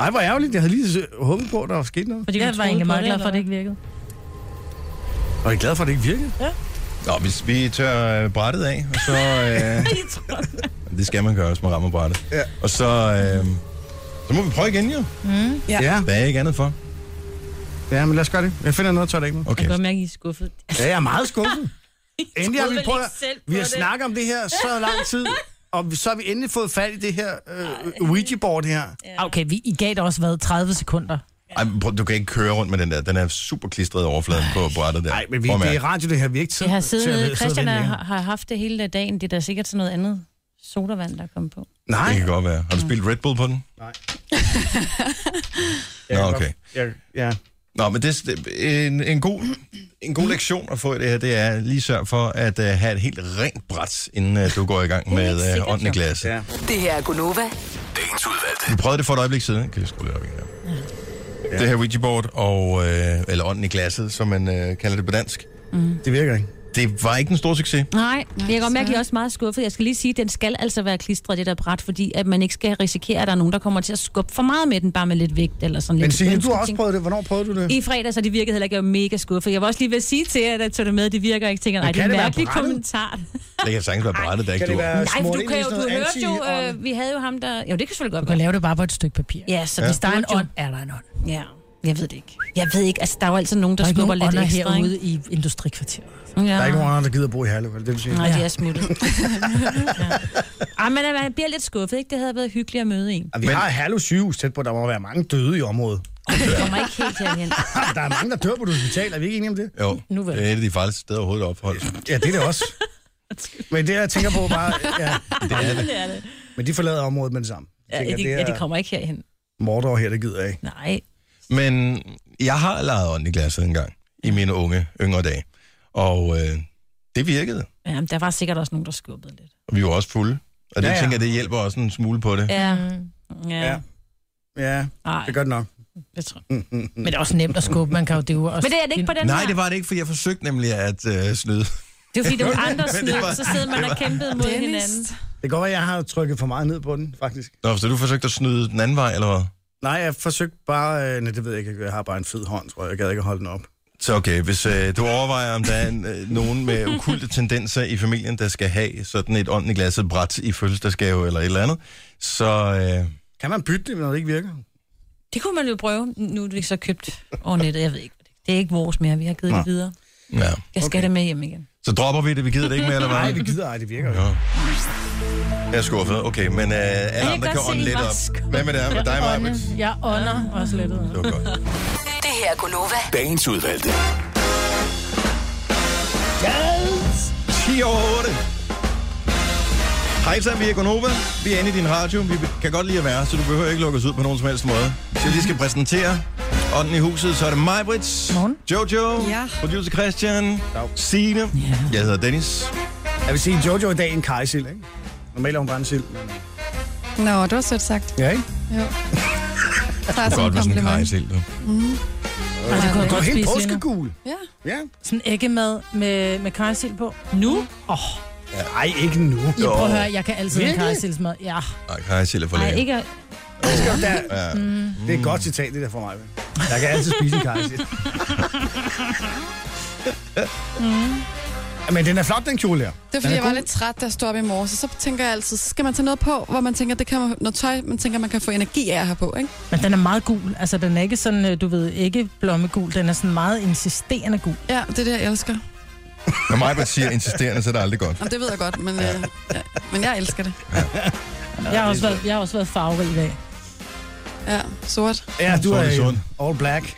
S2: Ej, hvor ærgerligt. Jeg havde lige håbet på, at der var sket noget.
S8: Fordi
S4: Jeg var egentlig meget glad for, at det ikke virkede.
S2: Og jeg er glad for, at det ikke virkede.
S1: Nå, hvis vi tør øh, brættet af,
S8: <laughs>
S1: og så... Øh, det skal man gøre, hvis man rammer brættet.
S2: Ja.
S1: Og så... Øh, så må vi prøve igen, jo.
S2: Ja. ja.
S1: Der er ikke andet for.
S2: Ja, men lad os gøre det. Jeg finder noget at tørre det af med.
S1: Okay.
S8: Jeg kan godt mærke, at I er skuffet.
S2: Ja, jeg er meget skuffet. endelig har vi
S8: Ah. troede vel
S2: prøvet,
S8: ikke selv
S2: vi
S8: på
S2: har
S8: det.
S2: snakket om det her så lang
S8: <laughs>
S2: tid, og vi- så har vi endelig fået fat i det her øh, Ouija-board her.
S4: Okay, vi, I gav det også, hvad, 30 sekunder?
S1: Ej, men prøv, du kan ikke køre rundt med den der. Den er super klistret i overfladen på brættet der.
S2: Nej, men vi,
S1: Prøv at
S2: det er
S1: mærke.
S2: radio, det her. Vi har ikke tid
S8: Det har
S2: til at sidde
S8: siddet,
S2: og
S8: Christian
S2: vente
S8: har,
S2: længere.
S8: har haft det hele dagen. Det er da sikkert sådan noget andet sodavand, der er kommet på.
S2: Nej,
S1: Det kan godt være. Har du spillet Red Bull på den?
S2: jeg
S1: Nå,
S2: kan
S1: okay.
S2: godt- Jeg, ja.
S1: Nå, men det, det- en, en, god, en god lektion at få i det her, det er lige sørg for at uh, have et helt rent bræt, inden uh, du går i gang med uh, ånden i glasset.
S2: Ja.
S6: Det her er Gunova.
S7: Dagens udvalgte.
S1: Vi prøvede det for et øjeblik siden. Kan vi skrue lidt op igen her? Ja. Det her Ouija-board, og, øh, eller ånden i glasset, som man øh, kalder det på dansk,
S2: Det virker ikke.
S1: det var ikke en stor succes.
S8: Nej, jeg kan godt mærke,
S5: så-
S8: at I er også meget skuffet. Jeg skal lige sige, at den skal altså være klistret, det der bræt, fordi at man ikke skal risikere, at der er nogen, der kommer til at skubbe for meget med den, bare med lidt vægt eller sådan
S2: Men
S8: lidt.
S2: Signe, du har
S8: ønsketing.
S2: også prøvet det. Hvornår prøvede du det?
S8: I fredags, så det virkede heller ikke. Jeg var mega skuffet. Jeg var også lige ved at sige til jer, at jeg tog det med. Det virker ikke. Jeg tænker, nej,
S2: Men
S8: det er
S2: kan
S8: en
S2: det være
S8: mærkelig
S2: brættet?
S8: <laughs> kommentar.
S1: Det kan sagtens være brættet, der ikke du
S2: være
S8: Nej, for du, kan jo, du hørte jo, øh, vi havde jo ham der... Jo, det kan selvfølgelig
S4: Du
S8: godt
S4: kan
S8: være.
S4: lave det bare på et stykke papir.
S8: Ja, så
S1: Ja.
S8: ja.
S4: Hvis der er en ånd, er der en ånd. Der
S8: Ja, jeg ved det ikke. Jeg ved ikke, altså der er jo altid nogen, der,
S4: er ikke
S8: skubber
S4: nogen
S8: lidt
S4: ånder
S8: ekstra,
S4: herude i industrikvarteret.
S8: ikke? Ja.
S2: Der er ikke nogen andre, der gider bo i Herlev. er Det det, du siger?
S8: Nej, de er smuttet. <laughs> ja. Ej, men øh, man bliver lidt skuffet, ikke? Det havde været hyggeligt at møde en.
S2: Og Vi har Herlev sygehus tæt på. Der må være mange døde i området. <laughs>
S8: Det kommer ikke helt herhen.
S2: Der er mange, der dør på et hospital. Er vi ikke enige om det?
S1: Jo,
S4: Nu vel.
S1: det er et af de farligste steder overhovedet at opholde. sig.
S2: Ja, det er det også.
S8: <laughs>
S2: Men det, jeg tænker på bare... Ja,
S1: Det er det.
S2: men de forlader området med det samme. Jeg
S8: Ja,
S2: tænker,
S8: det,
S2: det,
S8: ja, det
S2: er
S8: kommer ikke herhen.
S2: mordor her, det gider jeg ikke.
S8: Nej.
S1: Men jeg har lejet ånden i glasset en gang, i mine unge, yngre dage. Og øh, det virkede.
S8: Jamen, der var sikkert også nogen, der skubbede lidt.
S1: Og vi var også fulde. Og det, ja,
S2: Ja, ja.
S1: ja. tænker jeg, det hjælper også en smule på det.
S8: Ja.
S2: Ja.
S8: Ja.
S2: Ja,
S8: Nej,
S2: det gør det nok.
S8: det tror jeg.
S2: Mm,
S4: Men det er også nemt at skubbe, man kan jo det er jo også...
S8: Men det er det ikke på den
S1: Nej,
S8: her.
S1: det var det ikke, for jeg forsøgte nemlig at øh, snyde.
S8: Det er fordi, <laughs> det var andre
S1: det
S8: snyd,
S1: var-
S8: så sidder man og kæmpede mod hinanden.
S5: Dennis.
S2: Det kan godt være, jeg har trykket for meget ned på den, faktisk.
S1: Nå, så du forsøgte at snyde den anden vej, eller hvad?
S2: Nej, jeg forsøgte bare... Øh, nej, det ved jeg ikke. Jeg har bare en fed hånd, tror jeg. Jeg gad ikke at holde den op.
S1: Så okay, hvis øh, du overvejer, om der er en, øh, nogen med okulte tendenser i familien, der skal have sådan et ånden i glasset bræt i fødselsdagsgave eller et eller andet, så øh,
S2: Kan man bytte det, når det ikke virker?
S8: Det kunne man jo prøve. Nu er det ikke så købt over nettet. Jeg ved ikke, hvad det er. Det er ikke vores mere. Vi har givet det videre.
S1: ja.
S8: Jeg skal okay. det med hjem igen.
S1: så dropper vi det. Vi gider det ikke mere, eller hvad?
S2: Nej, vi gider ej, det virker jo.
S1: Ja. Jeg er skuffet. Okay, men øh, alle andre
S8: godt
S1: kan
S8: se,
S1: ånde
S8: I
S1: lidt
S8: var
S1: op.
S8: skuffet.
S1: Hvad med det med dig, Maja? Det
S4: Jeg ånder også lidt. ud.
S1: var godt.
S6: Det her er Gunova.
S7: Dagens udvalgte.
S1: 10 over 8. Hej, så er vi er Gonova. Vi er inde i din radio. Vi kan godt lide at være, her, så du behøver ikke lukke os ud på nogen som helst måde. Hvis jeg lige skal præsentere ånden i huset, så er det mig, Brits.
S4: Morgen.
S1: Jojo.
S5: Ja.
S1: Producer Christian. Signe. Jeg hedder Dennis.
S2: Jeg vil sige, Jojo er i dag en kajsild, ikke? Normalt er hun bare en sild. Men...
S5: Nå, det var sødt sagt.
S2: Ja, ikke?
S5: Jo. Tak som
S1: Godt
S5: en
S1: med sådan en kaj
S5: kompliment.
S1: selv, du.
S4: Ej, det kunne jeg
S2: Du
S4: godt
S2: er helt
S4: spise lige nu.
S2: påskegul.
S5: Ja.
S2: Ja.
S4: Sådan æggemad med, med karsild på. Nu? Åh, oh,
S2: Nej, ikke nu.
S4: Jeg prøver at høre, jeg kan altid have
S2: Virkelig?
S4: karrsilsmad. Ja.
S1: Nej, kan jeg sille for
S4: Nej,
S1: længe.
S4: ikke...
S1: Ja.
S2: Mm. Det er et godt citat, det der for mig. Jeg kan altid spise en karse.
S1: Mm.
S2: Men den er flot, den kjole her.
S5: Det er
S2: Den
S5: fordi, jeg var
S2: god.
S5: lidt træt, da jeg stod op i morges, og så tænker jeg altid, så skal man tage noget på, hvor man tænker, det kan man, noget tøj, man tænker, man kan få energi af at have på, ikke?
S4: Men den er meget gul. Altså, den er ikke sådan, øh, du ved, ikke blommegul. Den er sådan meget insisterende gul.
S5: Ja, det er det, jeg elsker.
S1: Når mig siger insisterende, så er det aldrig godt.
S5: Jamen, det ved jeg godt, men, øh, ja, men jeg elsker det.
S4: Jeg har også været, jeg har også været farverig i dag.
S5: Ja, <laughs> sort.
S2: Ja, du
S1: Så er
S2: er
S1: det
S2: jo
S1: sundt.
S2: all black.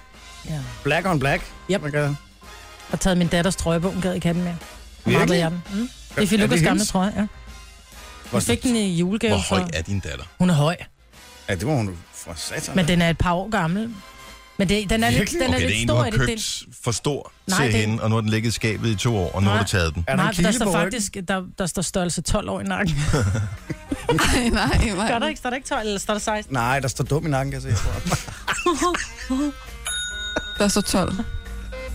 S4: Ja.
S2: Black on black.
S4: Yep.
S2: Man kan...
S4: Har taget min datters trøje på, hun gad ikke have den mere.
S2: Virkelig?
S4: Mappede jeg den. Mm. Det
S2: Er
S4: er
S2: det
S4: Filukas gamle
S2: hendes?
S4: trøje, ja. Hun fik den i julegave.
S1: Hvor høj
S4: fra-
S1: er din datter?
S4: Hun er høj,
S2: Ja, det var hun jo for satan.
S4: men den er et par år gammel. Men det, den er lidt,
S2: Virkelig?
S4: den er
S1: Okay, det er
S4: lidt
S1: en, du
S4: stor.
S1: har
S4: Er det, den,
S1: købt for stor
S4: Nej,
S1: til
S4: det-
S1: hende, og nu har den ligget i skabet i to år, og nu har
S4: Nej.
S1: du taget den.
S2: er der
S4: nej,
S2: en
S4: der
S2: kilde på
S4: står
S2: ryggen?
S4: faktisk der, der står størrelse 12 år i nakken.
S5: Ej, nej, nej.
S4: Gør der ikke, står der ikke 12, eller står der 16?
S2: Nej, der står dum i nakken, kan jeg se.
S5: Der står 12.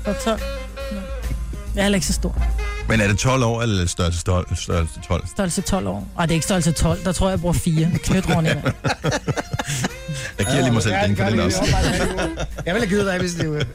S4: Der er 12. Ja. Jeg er heller ikke så stor.
S1: Men er det 12 år, eller størrelse, stol- størrelse 12?
S4: Størrelse 12 år. Og det er ikke størrelse 12, der tror jeg, jeg bruger 4. Knytrunde.
S1: <laughs> Jeg giver lige mig selv
S2: Ja,
S1: den
S2: det
S1: for
S2: gør
S1: den
S2: det.
S1: også.
S2: Jeg ville have givet dig, hvis det var... Jeg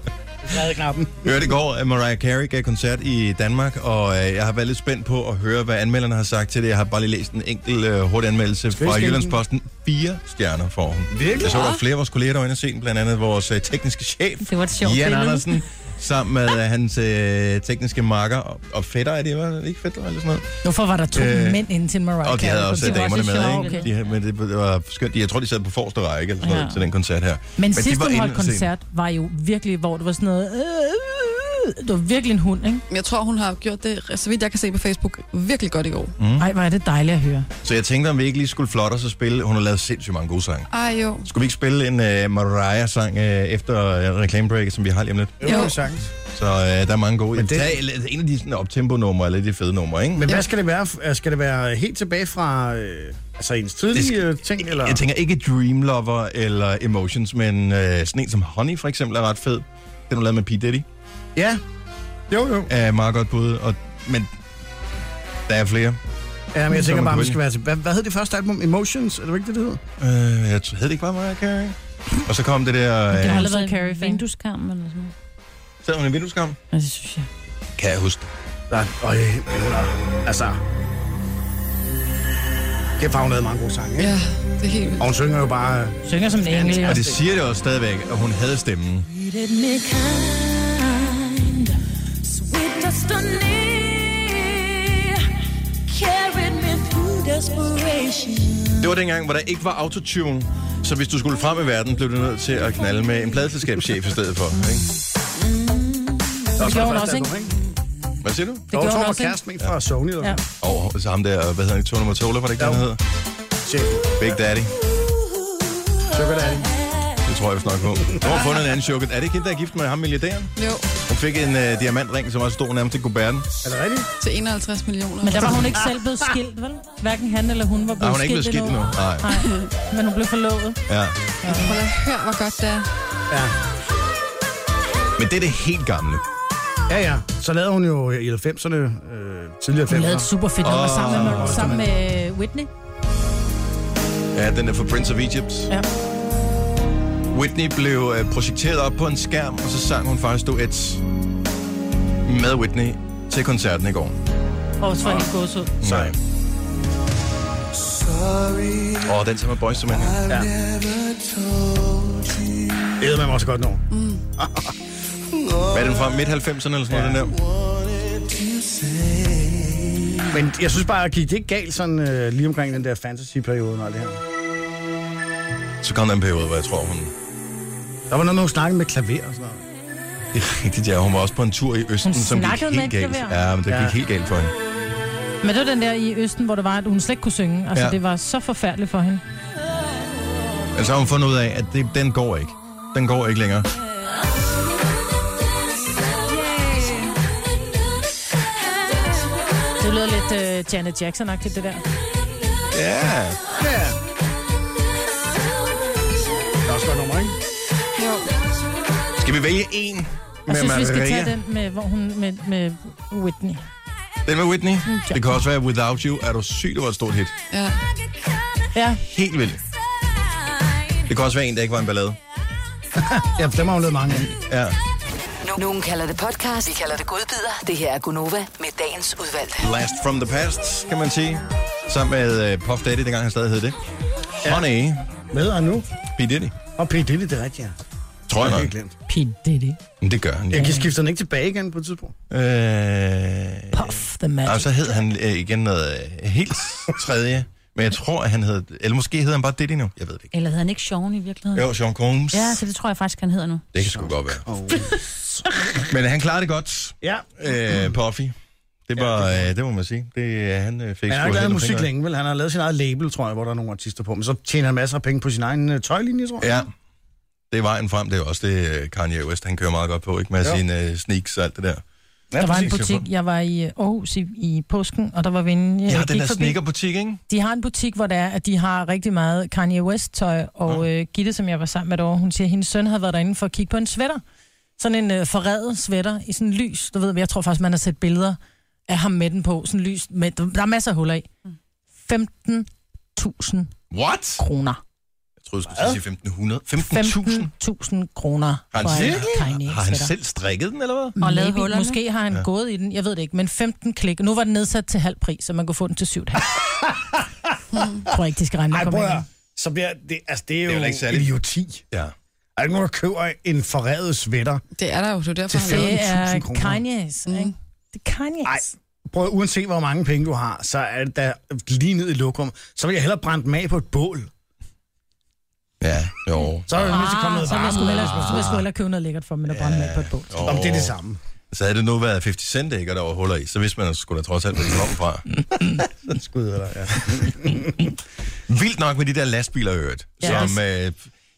S2: havde knappen.
S1: Hørte i går, at Mariah Carey gav koncert i Danmark, og øh, jeg har været lidt spændt på at høre, hvad anmelderne har sagt til det. Jeg har bare lige læst en enkelt øh, hurtig anmeldelse
S2: vi
S1: fra
S2: skænke
S1: Jyllandsposten. Fire stjerner får hun.
S2: Virkelig?
S1: Jeg så, der var flere af vores kolleger, der var inde og se den, blandt andet vores øh, tekniske chef,
S8: Det var et sjovt
S1: Jan
S8: billede.
S1: Andersen, sammen med øh, hans øh, tekniske marker og, og fætter, er det, var det ikke fætter eller sådan noget?
S4: Hvorfor var der to
S1: Øh,
S4: øh, mænd inden til en Mariah
S1: Og de havde også øh,
S4: Det var
S1: damerne med,
S4: sjovt,
S1: ikke?
S4: okay.
S1: De, havde- men det, det var skønt. De- Jeg tror, de sad på forreste række eller sådan noget,
S8: Ja.
S1: til den koncert her.
S4: Men,
S1: de
S4: Men sidst
S1: var
S4: hun
S1: inde
S4: holdt
S1: og se den.
S4: koncert, var jo virkelig, hvor det var sådan noget... Øh, øh, det var virkelig en hund, ikke?
S5: Jeg tror, hun har gjort det, så vidt jeg kan se på Facebook, virkelig godt i går.
S1: Mm.
S4: Ej, hvor er det dejligt at høre.
S1: Så jeg tænkte, om vi ikke lige skulle flotte os og spille. Hun har lavet sindssygt mange gode sange.
S5: Ej, jo.
S1: Skulle vi ikke spille en uh, Mariah-sang uh, efter uh, reklamebreaket, som vi har lige om lidt?
S2: Jo, det
S5: Jo.
S2: er sagtens.
S1: Så uh, der er mange gode.
S2: Men det-
S1: Det... Tag l- en af de sådan, optempo-numre, eller de fede numre, ikke?
S2: Men hvad skal det være? øh, Skal det være helt tilbage fra øh, altså ens
S1: Det
S2: tidlige
S1: skal-
S2: øh, ting? Eller?
S1: Jeg tænker ikke Dream Lover eller Emotions, men uh, sådan en som Honey for eksempel er ret fed. Den er lavet med P. Diddy.
S2: Ja. Jo, jo.
S1: Er meget godt bud, og, men der er flere.
S2: Ja, men jeg
S1: Så man
S2: tænker bare,
S1: kunne
S2: man
S1: vælge.
S2: skal være til... Hvad, hvad hed det første album? Emotions? Er det ikke det, det hed?
S1: Uh, jeg t- hed det ikke bare Mariah Carey? Og så kom det der...
S4: Det har
S1: Uh,
S4: aldrig været Carrie
S8: en vindueskarm eller sådan noget.
S1: sad hun i vindueskamp?
S8: Altså, det synes jeg.
S1: Kan jeg huske.
S2: Nej, øj, men hun har... Altså... Kæft, har hun lavet mange gode sange, ikke?
S5: Ja, det er helt vildt.
S2: Og hun synger jo bare... øh,
S4: Synger som en engel,
S1: Og
S4: ja.
S1: det siger det også stadigvæk, at hun havde stemmen. Det var dengang, hvor der ikke var autotune, så hvis du skulle frem i verden, blev du nødt til at knalde med en pladeselskabschef i stedet for. Ikke?
S2: Det
S4: gjorde hun også, ikke?
S1: Hvad siger du?
S2: Det
S4: gjorde
S2: gjorde
S4: hun
S2: hun
S4: også, ikke?
S2: også, ikke? fra Sony, eller
S4: Ja.
S2: ja.
S1: Og så ham der, hvad hedder han, Tony Mottola, var det ikke,
S2: Jo.
S1: den hedder? Big Daddy.
S2: Sugar Daddy.
S1: Det tror jeg, vi snakker på. Du har fundet en anden sugar. Er det ikke hende, der er gift med ham, milliardæren?
S5: Jo,
S1: Hun fik en øh, diamantring, som også stod nærmest til kuberten.
S2: Er det rigtigt?
S5: til 51 millioner.
S4: Men der var hun ikke selv blevet skilt, vel? Hverken han eller hun var blevet
S1: Nej, hun er ikke blevet skilt endnu. Nej.
S4: Nej, men hun blev forlovet.
S1: Ja.
S5: Hold da, hør, hvor godt det er.
S2: Ja.
S1: Men det er det helt gamle.
S2: Ja, ja. Så lavede hun jo i 90'erne, øh, tidligere
S4: Hun lavede
S2: 90'erne.
S4: et super fedt nummer
S1: Åh,
S4: sammen med, sammen med Whitney.
S1: Ja, den er for Prince of Egypt.
S4: Ja.
S1: Whitney blev øh, projekteret op på en skærm, og så sang hun faktisk duets med Whitney til koncerten i går.
S4: Og så var helt gåsud.
S1: Nej. Åh, oh, den tager med boys som
S2: Ja. Det ved man også godt nu.
S4: Mm.
S1: Hvad er den fra? Midt 90'erne eller sådan noget, den der?
S2: Men jeg synes bare, at gik det ikke galt sådan øh, lige omkring den der fantasy-periode og alt det her?
S1: Så kom der en periode, hvor jeg tror, hun...
S2: Der var noget, med, hun snakkede med klaver og sådan noget.
S1: Det er rigtigt, ja. Hun var også på en tur i Østen,
S4: Hun
S1: som gik
S4: snakkede
S1: helt
S4: med et
S1: galt.
S4: klaver.
S1: Ja, men det
S2: Ja.
S1: gik helt galt for hende.
S4: Men det var den der i Østen, hvor det var, at hun slet ikke kunne synge. Altså,
S1: Ja.
S4: ja. det var så forfærdeligt for hende.
S1: Men så har hun fundet ud af, at det, den går ikke. Den går ikke længere.
S4: Det lød lidt
S8: øh,
S4: uh, Janet Jackson-agtigt, det der.
S1: Ja.
S2: Ja. Det er også godt nummer, ikke?
S5: Jo.
S1: Skal vi vælge en med
S4: Jeg synes, vi skal
S1: Maria?
S4: tage den med, hvor hun, med, med Whitney.
S1: Den med Whitney.
S4: Mm,
S1: Det kan også være Without You. Er du syg, det var et stort hit.
S5: Ja.
S4: Ja.
S1: Helt vildt. Det kan også være en, der ikke var en ballade.
S2: ja, for dem har hun lavet mange af.
S1: Ja.
S6: Nu- Nogen kalder det podcast, vi kalder det godbider. Det her er Gunova med dagens udvalgte.
S1: Blast from the Past, kan man sige. Sammen med øh, Puff Daddy, dengang han stadig hed det. Honey,
S2: Med og nu.
S1: P. Diddy.
S2: Og P. Diddy, det er rigtigt, ja.
S1: Tror jeg
S2: Det har
S1: nok.
S2: helt glemt.
S4: Pete Diddy.
S1: Men Det gør han.
S2: Jeg
S1: Ja.
S2: kan skifte den ikke tilbage igen på et tidspunkt.
S1: Øh,
S4: Puff the magic.
S1: og så hed han øh, igen noget øh, helt tredje. Men jeg tror, at han hed... Eller måske hedder han bare Diddy nu. Jeg ved det ikke.
S8: Eller hedder han ikke Sean i virkeligheden?
S1: Jo, Sean Combs.
S8: Ja, så det tror jeg faktisk, han hedder nu.
S1: Det kan sgu godt være. Men han klarede det godt,
S2: Ja.
S1: øh, Puffy. Det var, øh, det må man sige. Det, øh, han øh, fik
S2: Men han har
S1: sgu
S2: ikke lavet
S1: held og
S2: musik
S1: penge.
S2: længe, vel? Han har lavet sin eget label, tror jeg, hvor der er nogle artister på. Men så tjener han masser af penge på sin egen øh, tøjlinje, tror jeg.
S1: Ja, det er vejen frem. Det er også det, øh, Kanye West, han kører meget godt på, ikke? Med
S2: Jo.
S1: sine øh, sneaks og alt det der.
S4: Der var en
S1: præcis, jeg
S4: butik, jeg var i øh, Aarhus i, i påsken, og der var vi inde, jeg
S1: Ja, den
S4: gik
S1: der
S4: forbi.
S1: sneakerbutik, ikke?
S4: De har en butik, hvor det er, at de har rigtig meget Kanye West-tøj, og øh, Gitte, som jeg var sammen med derovre, hun siger, at hendes søn havde været derinde for at kigge på en sweater. Sådan en øh, forredet sweater i sådan en lys. Du ved, jeg tror faktisk, man har set billeder af ham med den på. Sådan en lys. Med, der er masser af huller i. 15.000
S1: What?
S4: kroner.
S1: Jeg troede, du skulle sige 1.500. 15.000?
S4: 15.000 kroner.
S1: Har han,
S4: for en
S1: selv, har han
S4: Kanye-sweater.
S1: selv strikket den, eller hvad?
S8: Og lavet
S4: Maybe.
S8: hullerne.
S4: Måske har han ja. gået i den, jeg ved det ikke, men 15 klik. Nu var den nedsat til halv pris, så man kunne få den til 7,5.
S8: Hmm.
S4: Jeg tror ikke, de skal regne med
S2: Ej,
S4: at komme
S2: prøv
S4: ind.
S2: at høre. så bliver det, altså det er jo,
S1: vel ikke særlig-
S2: idioti.
S1: Ja.
S2: Er der ikke nogen, der køber en forrædet sweater?
S5: Det er der jo, det er derfor,
S2: Til fem.
S5: han er
S4: Det
S2: 15.000
S4: er
S2: kroner.
S4: Kanye's,
S8: Mm.
S4: ikke? Det er Kanye's.
S2: Prøv at- uanset hvor mange penge du har, så er det da lige ned i lokum. Så vil jeg hellere brænde dem af på et bål.
S1: Ja, jo.
S2: Så er det nødt til at komme noget
S4: Ah, så vil jeg
S2: varme.
S4: sgu hellere, så vil jeg sgu hellere købe noget lækkert for mig, at brænde med på et bål.
S1: jo.
S2: Om det er det samme.
S1: Så havde det nu været 50 Cent, ikke, og der var huller i, så vidste man at skulle da trods alt, hvor det kom fra.
S2: <laughs> Skud eller, ja.
S1: Vildt nok med de der lastbiler, i øvrigt.
S4: Ja.
S1: Som, øh, de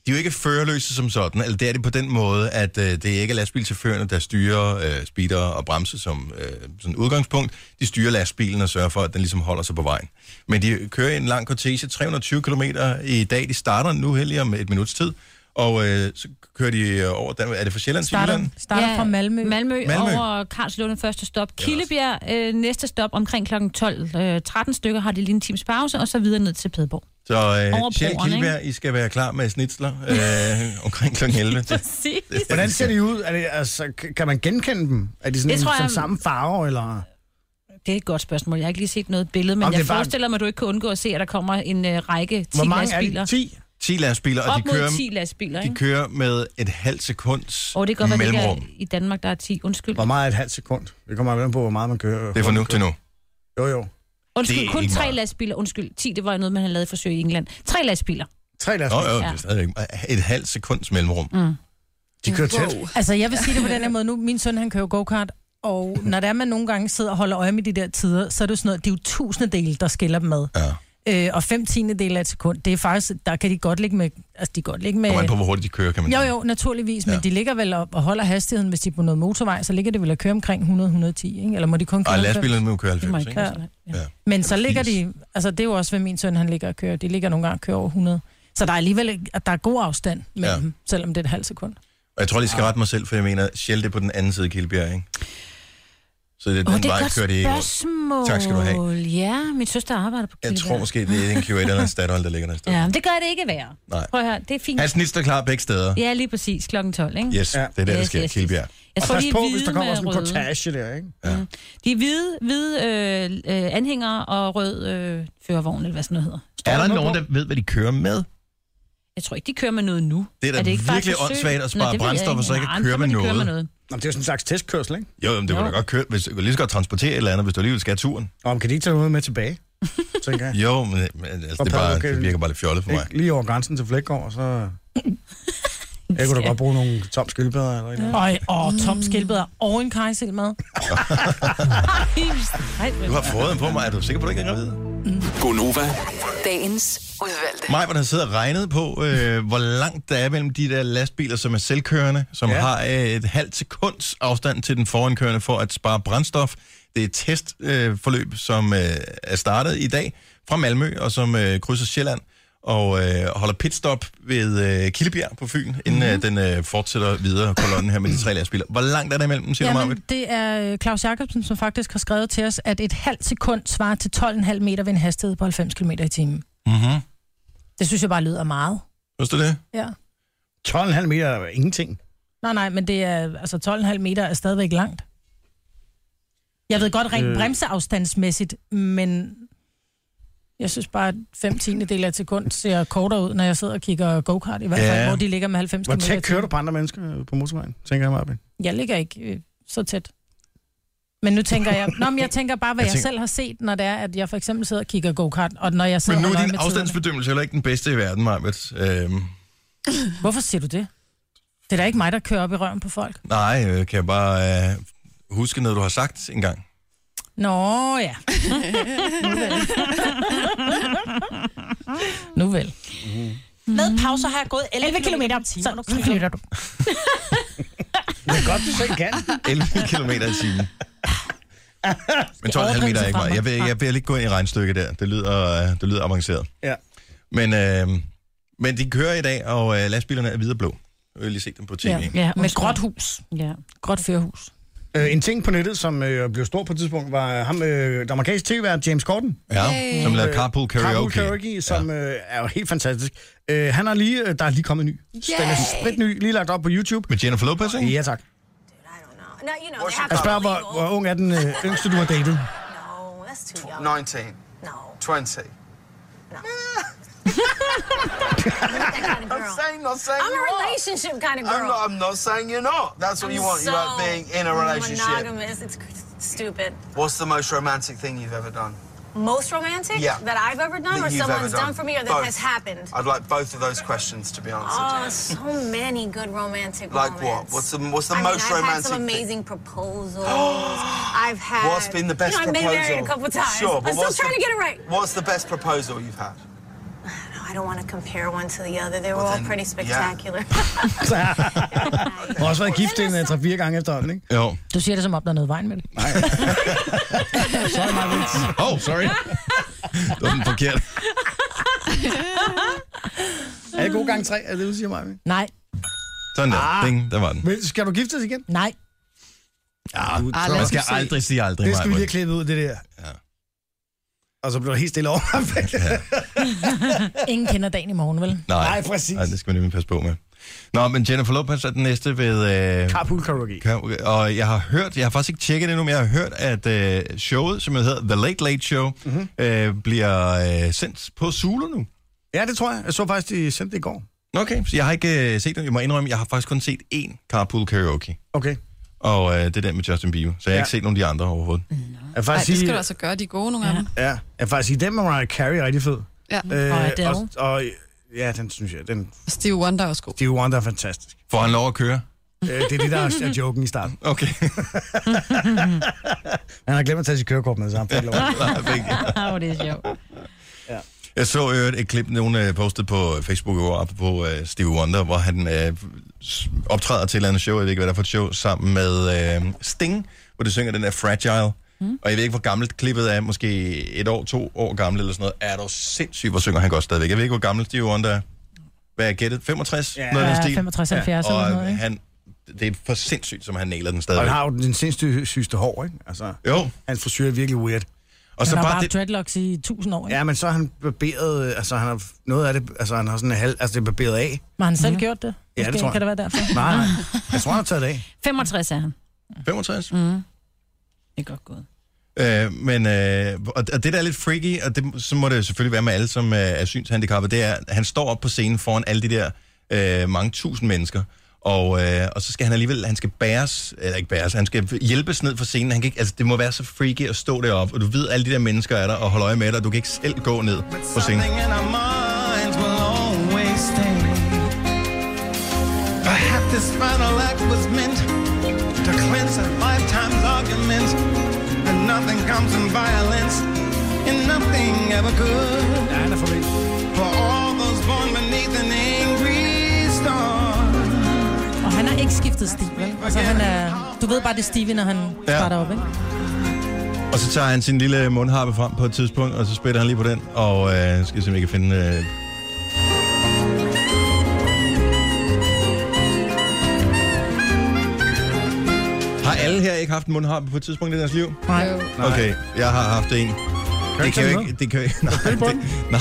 S1: er jo ikke førerløse som sådan, eller det er det på den måde, at øh, det er ikke lastbilchaufførerne, der styrer øh, speeder og bremse som øh, sådan udgangspunkt. De styrer lastbilen og sørger for, at den ligesom holder sig på vejen. Men de kører i en lang kortege, 320 km i dag. De starter nu heldig om et minuts tid, og øh, så kører de øh, over, Dan- er det fra Sjælland til
S4: Starter,
S1: Jylland?
S4: starter fra Malmø.
S8: Malmø,
S1: Malmø.
S8: Malmø. over Karlslunde første stop. Killebjerg øh, næste stop omkring kl. 12. Øh, 13 stykker har de lige en times pause, og så videre ned til
S1: <laughs>
S8: Padborg.
S1: Så øh,
S8: Over
S1: Sjæl
S8: broerne,
S1: Kildberg, I skal være klar med snitsler øh, <laughs> omkring kl. 11.
S8: <laughs> Præcis.
S2: Hvordan ser de ud? Er det, altså, k- kan man genkende dem? Er de sådan,
S8: Det tror
S2: sådan
S8: jeg-
S2: samme farver? Eller?
S8: Det er et godt spørgsmål. Jeg har ikke lige set noget billede, men
S2: Om
S8: Om
S2: det
S8: jeg
S2: er bare-
S8: forestiller mig, at du ikke kan undgå at se, at der kommer en øh, række 10
S2: Hvor mange
S8: lastbiler.
S2: er de? 10?
S1: 10 lastbiler, og
S8: Op
S1: de kører...
S8: mod 10 lastbiler,
S1: De
S8: ikke?
S1: kører med et halvt sekunds
S8: Og det kan godt være, det ikke
S1: mellemrum.
S8: er i Danmark, der er 10. Undskyld.
S2: Hvor meget er et halvt sekund? Det kommer an på, hvor meget man kører.
S1: Det er fra nu til nu.
S2: Jo, jo.
S1: Det
S8: Undskyld,
S1: er
S8: kun
S1: ikke
S8: tre
S1: meget.
S8: lastbiler. Undskyld, 10, det var jo noget, man havde lavet i forsøg i England. Tre lastbiler.
S2: Tre lastbiler.
S1: Nå, jo, det er
S8: Ja.
S1: stadigvæk et halvt sekunds mellemrum. Mm.
S2: De kører tæt.
S5: Wow.
S4: Altså, jeg vil sige det på den her måde nu. Min søn, han kører jo go-kart, og når der man nogle gange sidder og holder øje med de der tider, så er det jo sådan noget, det er jo tusindedele, der skiller dem ad.
S1: Ja.
S4: Øh, og fem tiendedele af et sekund, det er faktisk, der kan de godt ligge med, altså de kan godt ligge med...
S8: Øh.
S1: Kommer an på, hvor hurtigt de kører, kan man
S4: Jo,
S1: sige.
S4: jo, naturligvis, men
S1: Ja.
S4: ja. de ligger vel op og holder hastigheden, hvis de er på noget motorvej, så ligger det vel at køre omkring 100-110, ikke? Eller må de kun køre
S1: Ej,
S4: halvfems?
S1: lastbilerne må jo køre
S8: Det må
S1: 90,
S8: ikke
S1: ikke?
S8: ja.
S1: Ja.
S4: Men så ligger
S1: 80.
S4: de, altså det er jo også, hvad min søn han ligger og kører, de ligger nogle gange og kører over 100. Så der er alligevel ikke- at der er god afstand mellem
S1: Ja.
S4: ja. dem, selvom det er et halvt sekund.
S1: Og jeg tror, de skal rette mig selv, for jeg mener, Shell det er på den anden side af Kildbjerg, ikke? Så det,
S8: Åh,
S1: den
S8: det er
S1: vej
S8: et godt
S1: kører de ikke. over.
S8: spørgsmål.
S1: Tak skal du have.
S8: Ja, min søster arbejder på
S1: Jeg tror
S8: Kildebjerg.
S1: måske, det er en Q8 eller en Statoil, der ligger der sted.
S8: Ja, men det gør det ikke værre.
S1: Nej.
S8: Prøv at høre, det er fint.
S1: Han snitster klar begge steder.
S8: Ja, lige præcis. Klokken 12, ikke?
S1: Yes, det er der, der
S8: Yes,
S1: sker.
S8: yes, yes.
S1: Kildbjerg.
S8: Jeg
S2: Og
S8: tror,
S2: pas
S8: de er
S2: på,
S8: hvide
S2: hvis der kommer
S8: med
S2: sådan en
S8: røde.
S2: kortage der, ikke?
S8: De er hvide, hvide øh, øh, anhængere og rød øh, førervogn, eller hvad sådan noget hedder.
S1: Er der
S2: noget
S1: nogen,
S2: på?
S1: der ved, hvad de kører med?
S8: Jeg tror ikke, de kører med noget nu.
S1: Det er da
S8: det ikke bare
S1: virkelig
S8: et forsøg?
S1: åndssvagt at
S8: Nå,
S1: spare
S8: det ved jeg
S1: brændstof, og så ikke
S8: Nej,
S1: at
S8: men
S1: køre
S8: må
S1: med
S8: de køre
S1: noget.
S8: noget.
S2: Nå, men det er jo sådan en slags testkørsel, ikke?
S1: Jo, men det kunne da godt køre, hvis du lige så godt transportere et eller andet, hvis du alligevel skal have turen.
S2: Og om kan de ikke tage noget med
S8: <laughs>
S2: tilbage? Tænker jeg.
S1: Jo, men men altså,
S2: Og
S1: det, er bare,
S2: paddelkølen.
S1: det virker bare lidt fjollet for mig.
S2: Ikke lige over grænsen til Flækgaard, og
S8: <laughs>
S2: så... Jeg kunne da godt bruge nogle tom skildpadder eller noget.
S4: Øj, og tom skildpadder og en
S1: <laughs>
S4: kajsilmad.
S1: Du har fået den på mig. Er du sikker på, at du ikke er gravid?
S7: Gonova.
S6: Dagens udvalgte.
S1: Mig, hvor der sidder og regnet på, øh, hvor langt der er mellem de der lastbiler, som er selvkørende, som ja.
S2: Ja.
S1: har øh, et halvt sekunds afstand til den forankørende for at spare brændstof. Det er et testforløb, øh, forløb, som øh, er startet i dag fra Malmø, og som øh, krydser Sjælland. og øh, holder pitstop ved øh, Killebjerg på Fyn,
S2: Mhm.
S1: inden mm-hmm. øh, den øh, fortsætter videre kolonnen her med de tre lastbiler. Hvor langt er der imellem, siger du,
S4: Jamen,
S1: Marvitt?
S4: det er øh, Claus Jacobsen, som faktisk har skrevet til os, at et halvt sekund svarer til 12,5 meter ved en hastighed på 90 km i timen.
S1: Mm-hmm.
S4: Det synes jeg bare lyder meget.
S1: Synes du det?
S4: Ja.
S2: 12,5 meter er jo ingenting.
S4: Nej, nej, men det er, altså 12,5 meter er stadigvæk langt. Jeg ved godt rent
S2: Øh.
S4: øh. bremseafstandsmæssigt, men jeg synes bare, at 5 tiendedel af et sekund ser kortere ud, når jeg sidder og kigger go-kart, i hvert fald,
S2: Ja.
S4: ja. hvor de ligger med 90 km.
S2: Hvor tæt kører du på andre mennesker øh, på motorvejen, tænker jeg, Marvin?
S4: Jeg ligger ikke øh, så tæt. Men nu tænker jeg, nå, men jeg tænker bare, hvad
S1: Jeg
S4: jeg,
S1: tænker-
S4: selv har set, når det er, at jeg for eksempel sidder og kigger go-kart, og når jeg sidder
S1: Men nu
S4: og
S1: er
S4: holder
S1: din
S4: øje med tiderne.
S1: afstandsbedømmelse heller ikke den bedste i verden, Marvitt. Øhm,
S4: Hvorfor siger du det? Det er da ikke mig, der kører op i røven på folk.
S1: nej, øh, kan jeg bare øh, huske noget, du har sagt engang.
S4: Nå ja. nu vel. Med pauser har jeg gået 11 km. Så nu flytter du.
S2: Det er godt, du selv kan.
S1: 11 km i timen. Men 12,5 meter er ikke meget. Jeg vil, jeg vil ikke gå ind i regnstykket der. Det lyder, øh, det lyder avanceret.
S2: Ja.
S1: Men, øh, men de kører i dag, og øh, lastbilerne er hvide og blå. Jeg har lige set dem på tv.
S4: Ja.
S1: ikke?
S8: Ja,
S4: Med
S8: undskyld.
S4: gråt hus.
S8: Ja.
S4: Gråt
S1: <laughs>
S4: førhus.
S2: Øh, en ting på nettet, som øh, blev stor på et tidspunkt, var ham, øh, den amerikanske tv-vært James Corden.
S1: Ja, som lavede Carpool Karaoke.
S2: Carpool Karaoke, som øh, er jo helt fantastisk. Øh, han er lige, øh, der er lige kommet en ny. Yeah. Den er spritny, lige lagt op på YouTube.
S1: Med Jennifer Lopez, ikke?
S2: Ja, tak.
S11: No, you know, they have
S2: Jeg
S11: to
S2: spørger,
S11: be
S2: hvor, hvor ung er den øh, yngste, du har datet?
S11: legal. That's too young.
S12: 19.
S11: No.
S12: 20.
S11: No. I'm not that kind of girl.
S12: I'm saying, not saying
S11: I'm
S12: you
S11: a
S12: are.
S11: relationship kind of girl.
S12: I'm not, I'm not saying you're not. That's what
S11: I'm
S12: you want.
S11: So
S12: you like being in a relationship.
S11: Monogamous. It's c- stupid.
S12: What's the most romantic thing you've ever done?
S11: Most romantic
S12: Yeah.
S11: that I've ever done,
S12: That
S11: or
S12: you've ever
S11: someone's done.
S12: done.
S11: for me, or that
S12: Both.
S11: has happened.
S12: I'd like both of those questions to be answered.
S11: Oh, so many good romantic
S12: Like what?
S11: moments.
S12: What's the- what's the
S11: I
S12: most
S11: mean, I've had
S12: romantic
S11: some
S12: thing?
S11: amazing proposals.
S12: <gasps>
S11: I've had.
S12: What's been the best
S11: you know, I've been
S12: proposal?
S11: married a couple times.
S12: Sure, but
S11: I'm still
S12: what's
S11: trying
S12: the,
S11: to get it right.
S12: What's the best proposal you've had?
S11: No, <sighs> I don't want to compare one to the other. They were
S12: Well,
S11: all
S12: then,
S11: pretty
S12: yeah.
S11: spectacular.
S2: Har også været gift en øh, 3-4 gange efterhånden, ikke?
S1: Jo.
S4: Du siger det, som om der er noget vejen med det.
S2: Sorry, Marvin.
S1: Oh, sorry. det var den forkerte.
S2: Er det god gang 3? Er det, du siger, Marvin?
S4: Nej,
S1: Sådan der. Ah. Ding, der var den.
S2: Men skal du giftes igen?
S4: nej.
S1: Ja,
S5: lad
S1: man
S5: os
S1: skal
S5: nu se.
S1: aldrig sige aldrig.
S2: Det skal vi
S1: Maja.
S2: lige have klippet ud, det der.
S1: Ja.
S2: Og så blev der helt stille over.
S4: Ingen kender dagen i morgen, vel?
S1: Nej,
S2: <laughs> Nej, præcis.
S1: Nej, det skal man nemlig passe på med. Nå, men Jennifer Lopez er den næste ved... Øh,
S2: Carpool Karaoke.
S1: Kan- Og jeg har hørt, jeg har faktisk ikke tjekket det endnu, men jeg har hørt, at øh, showet, som hedder The Late Late Show,
S2: Mhm.
S1: mm-hmm. øh, bliver øh, sendt på Zulu nu.
S2: Ja, det tror jeg. Jeg så faktisk, de sendte det i går.
S1: Okay, så jeg har ikke øh, set den. Jeg må indrømme, jeg har faktisk kun set én Carpool Karaoke.
S2: Okay.
S1: Og øh, det er den med Justin Bieber. Så jeg har
S2: Ja.
S1: ikke set nogen af de andre overhovedet.
S2: Jeg vil
S5: Ej,
S2: faktisk
S5: det skal
S2: sige,
S5: du altså gøre, de er gode nogle af dem.
S2: ja, jeg vil faktisk sige, den med Mariah Carey er rigtig fed.
S5: Ja.
S2: Øh,
S8: Adele.
S2: og, og, ja, den synes jeg. Den,
S5: Og Steve Wonder er også god.
S2: Stevie Wonder er fantastisk.
S1: Får han lov at køre?
S2: Øh, det er det, der er, er joken i starten.
S1: Okay. <laughs>
S2: Han har glemt at tage sit kørekort med, så han fik lov.
S1: Nej, begge.
S8: Åh, oh, det er sjovt.
S1: Jeg så i øvrigt et klip, nogen øh, postede på Facebook i går, på øh, Steve Wonder, hvor han øh, s- optræder til et eller andet show, jeg ved ikke, hvad der er for et show, sammen med øh, Sting, hvor de synger den der Fragile. Mm. Og jeg ved ikke, hvor gammelt klippet er, måske et år, to år gammelt eller sådan noget. Er dog sindssygt, hvor synger han godt stadigvæk. Jeg ved ikke, hvor gammel Steve Wonder er. Hvad er gættet? 65?
S2: Ja.
S1: noget af den
S4: Ja,
S1: stil.
S4: 65, 70 eller
S1: og
S4: sådan noget, ikke?
S1: han, det er for sindssygt, som han nailer den
S2: <laughs> Og
S1: stadigvæk.
S2: han har jo den sindssyge sygeste hår, ikke? Altså,
S1: Jo,
S2: hans frisyr er virkelig weird.
S1: og
S4: Så
S1: så
S4: han har
S1: bare
S4: bare
S1: det...
S4: haft dreadlocks i 1000 år, ikke? Ja.
S2: Ja, men så er han barberet, øh, altså han har noget af det, altså han har sådan en halv, altså det er barberet af.
S4: Men har han selv gjort det?
S2: Ja, det
S4: Måske
S2: tror jeg.
S4: Kan det være derfor?
S2: Nej, nej. Jeg tror, han har taget det af.
S8: 65 er han.
S1: 65?
S8: Det er godt gået.
S1: Øh, men, øh, og og det, der er lidt freaky, og det, så må det jo selvfølgelig være med alle, som øh, er synshandicappede, det er, at han står op på scenen foran alle de der øh, mange tusind mennesker, og, øh, og så skal han alligevel, han skal bæres, eller ikke bæres, han skal hjælpes ned fra scenen. Han kan ikke, altså, det må være så freaky at stå deroppe, og du ved, alle de der mennesker er der, og holder øje med dig, og du kan ikke selv gå ned på scenen.
S12: Perhaps this final act was meant to cleanse a lifetime's arguments, and nothing comes in violence, and nothing ever could.
S2: Ja, han er forbi.
S12: For all those born beneath an angry star.
S4: Og han har ikke skiftet stil, vel? Altså, han er... Du ved bare, det er Stevie, når han
S1: Ja.
S4: ja. starter op, ikke?
S1: Og så tager han sin lille mundharpe frem på et tidspunkt, og så spiller han lige på den, og øh, skal se, om jeg kan finde øh, alle her ikke haft en mundharpe på et tidspunkt i deres liv?
S4: Nej.
S1: Okay, jeg har haft en. Det kan
S2: tage
S1: jo
S2: den
S1: ikke... Det kan jo ikke... Nej,
S2: spille på
S1: det, nej,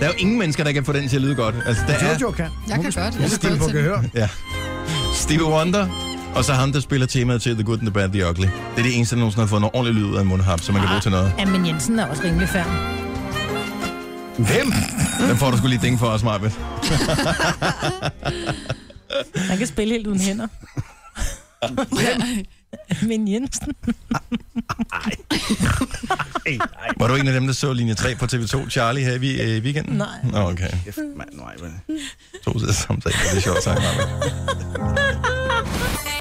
S1: der er jo ingen mennesker, der kan få den til at lyde godt. Altså, der er
S2: Jojo kan.
S5: Jeg kan godt. Jeg
S2: spille på gehør.
S1: Ja. Stevie Wonder, og så ham, der spiller temaet til The Good, The Bad, The Ugly. Det er det eneste, der nogensinde har fået en ordentlig lyd ud af en mundharp, som man kan bruge til noget.
S4: Ja, men Jensen er også rimelig færdig.
S1: Hvem? Den får du skulle lige dænge for os, Marbet.
S4: Man kan spille helt uden <laughs> hænder. Men Jensen.
S1: Var du en af dem, der så linje 3 på TV2, Charlie, her i vi- øh, i weekenden?
S4: Nej.
S1: Nå, okay.
S2: Kæft, mand, nej, men...
S1: To sider samtale, det er sjovt sagt, Marbet.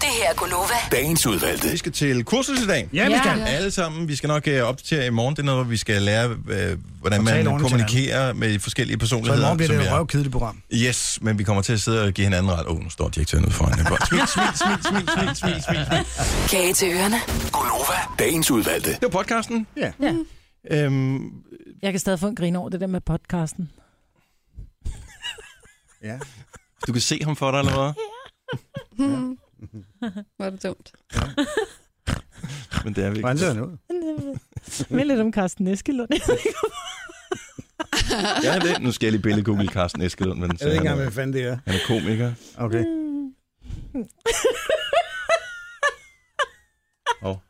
S6: Det her er Gunova.
S1: Dagens udvalgte. Vi skal til kursus i dag.
S6: Ja, vi skal. Ja.
S1: Alle sammen. Vi skal nok øh, opdatere i morgen. Det er noget, hvor vi skal lære, øh, hvordan
S2: Og tale
S1: man
S2: ordentligt
S1: kommunikerer med forskellige
S2: Så
S1: personligheder.
S2: i morgen bliver
S1: som
S2: det
S1: vi
S2: et
S1: er.
S2: røvkedeligt program.
S1: Yes, men vi kommer til at sidde og give hinanden ret. Åh, oh, nu står direktøren ude
S2: <laughs>
S1: foran. Smil, smil, smil, smil, smil, smil, smil.
S6: Kage til ørerne.
S7: Gunova, dagens udvalgte.
S1: Det var podcasten.
S2: Ja.
S4: ja.
S1: Øhm,
S4: Jeg kan stadig få en grin over det der med podcasten.
S2: ja.
S1: Du kan se ham for dig, eller hvad?
S5: <laughs> Hmm. Var det dumt.
S1: Men det er vigtigt.
S2: Hvordan ser han ud?
S4: Med lidt om Carsten Eskelund.
S1: Ja, det. Nu skal jeg lige billede Google Carsten Eskelund. Men
S2: Jeg ved ikke engang, hvad fanden det er.
S1: Han er komiker.
S2: Okay.
S4: <laughs>
S1: Og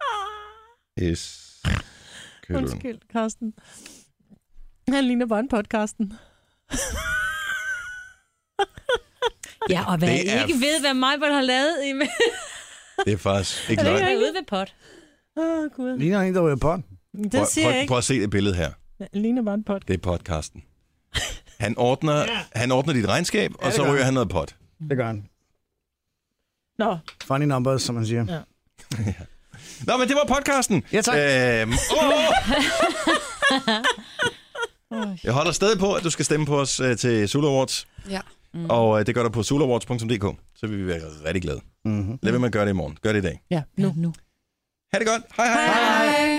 S1: yes. Kølund.
S4: Undskyld, Carsten. Han ligner bare en podcasten. <laughs>
S3: Ja, og hvad
S1: Det
S3: I
S1: er-
S3: ikke ved, hvad mig har lavet
S8: <laughs>
S3: i med.
S1: Det er faktisk ikke
S3: Er det
S1: løgn.
S3: ikke ude ved pot?
S4: Åh, oh, Gud.
S2: Ligner han en, der ryger på?
S1: Prøv,
S4: Det siger
S1: prøv,
S4: jeg ikke.
S1: prøv at se det billede her.
S4: Han ligner bare en podcast.
S1: Det er podcasten. Han ordner, ja. han ordner dit regnskab, ja, og
S2: det
S1: så
S2: gør
S1: ryger
S2: han.
S1: han noget pot.
S2: Det gør han.
S4: Nå,
S2: Funny numbers, som man siger.
S4: Ja.
S1: Nå, men det var podcasten.
S2: Ja, tak. <laughs>
S1: Øhm, oh! Jeg holder stadig på, at du skal stemme på os øh, til Sula Awards,
S5: Ja.
S1: og øh, det gør du på sulawards.dk, så vil vi være rigtig glade.
S2: Mm-hmm.
S1: Lad være med at gøre det i morgen. Gør det i dag.
S4: ja, nu.
S1: Ha' det godt. Hej hej. hej.
S5: Hej.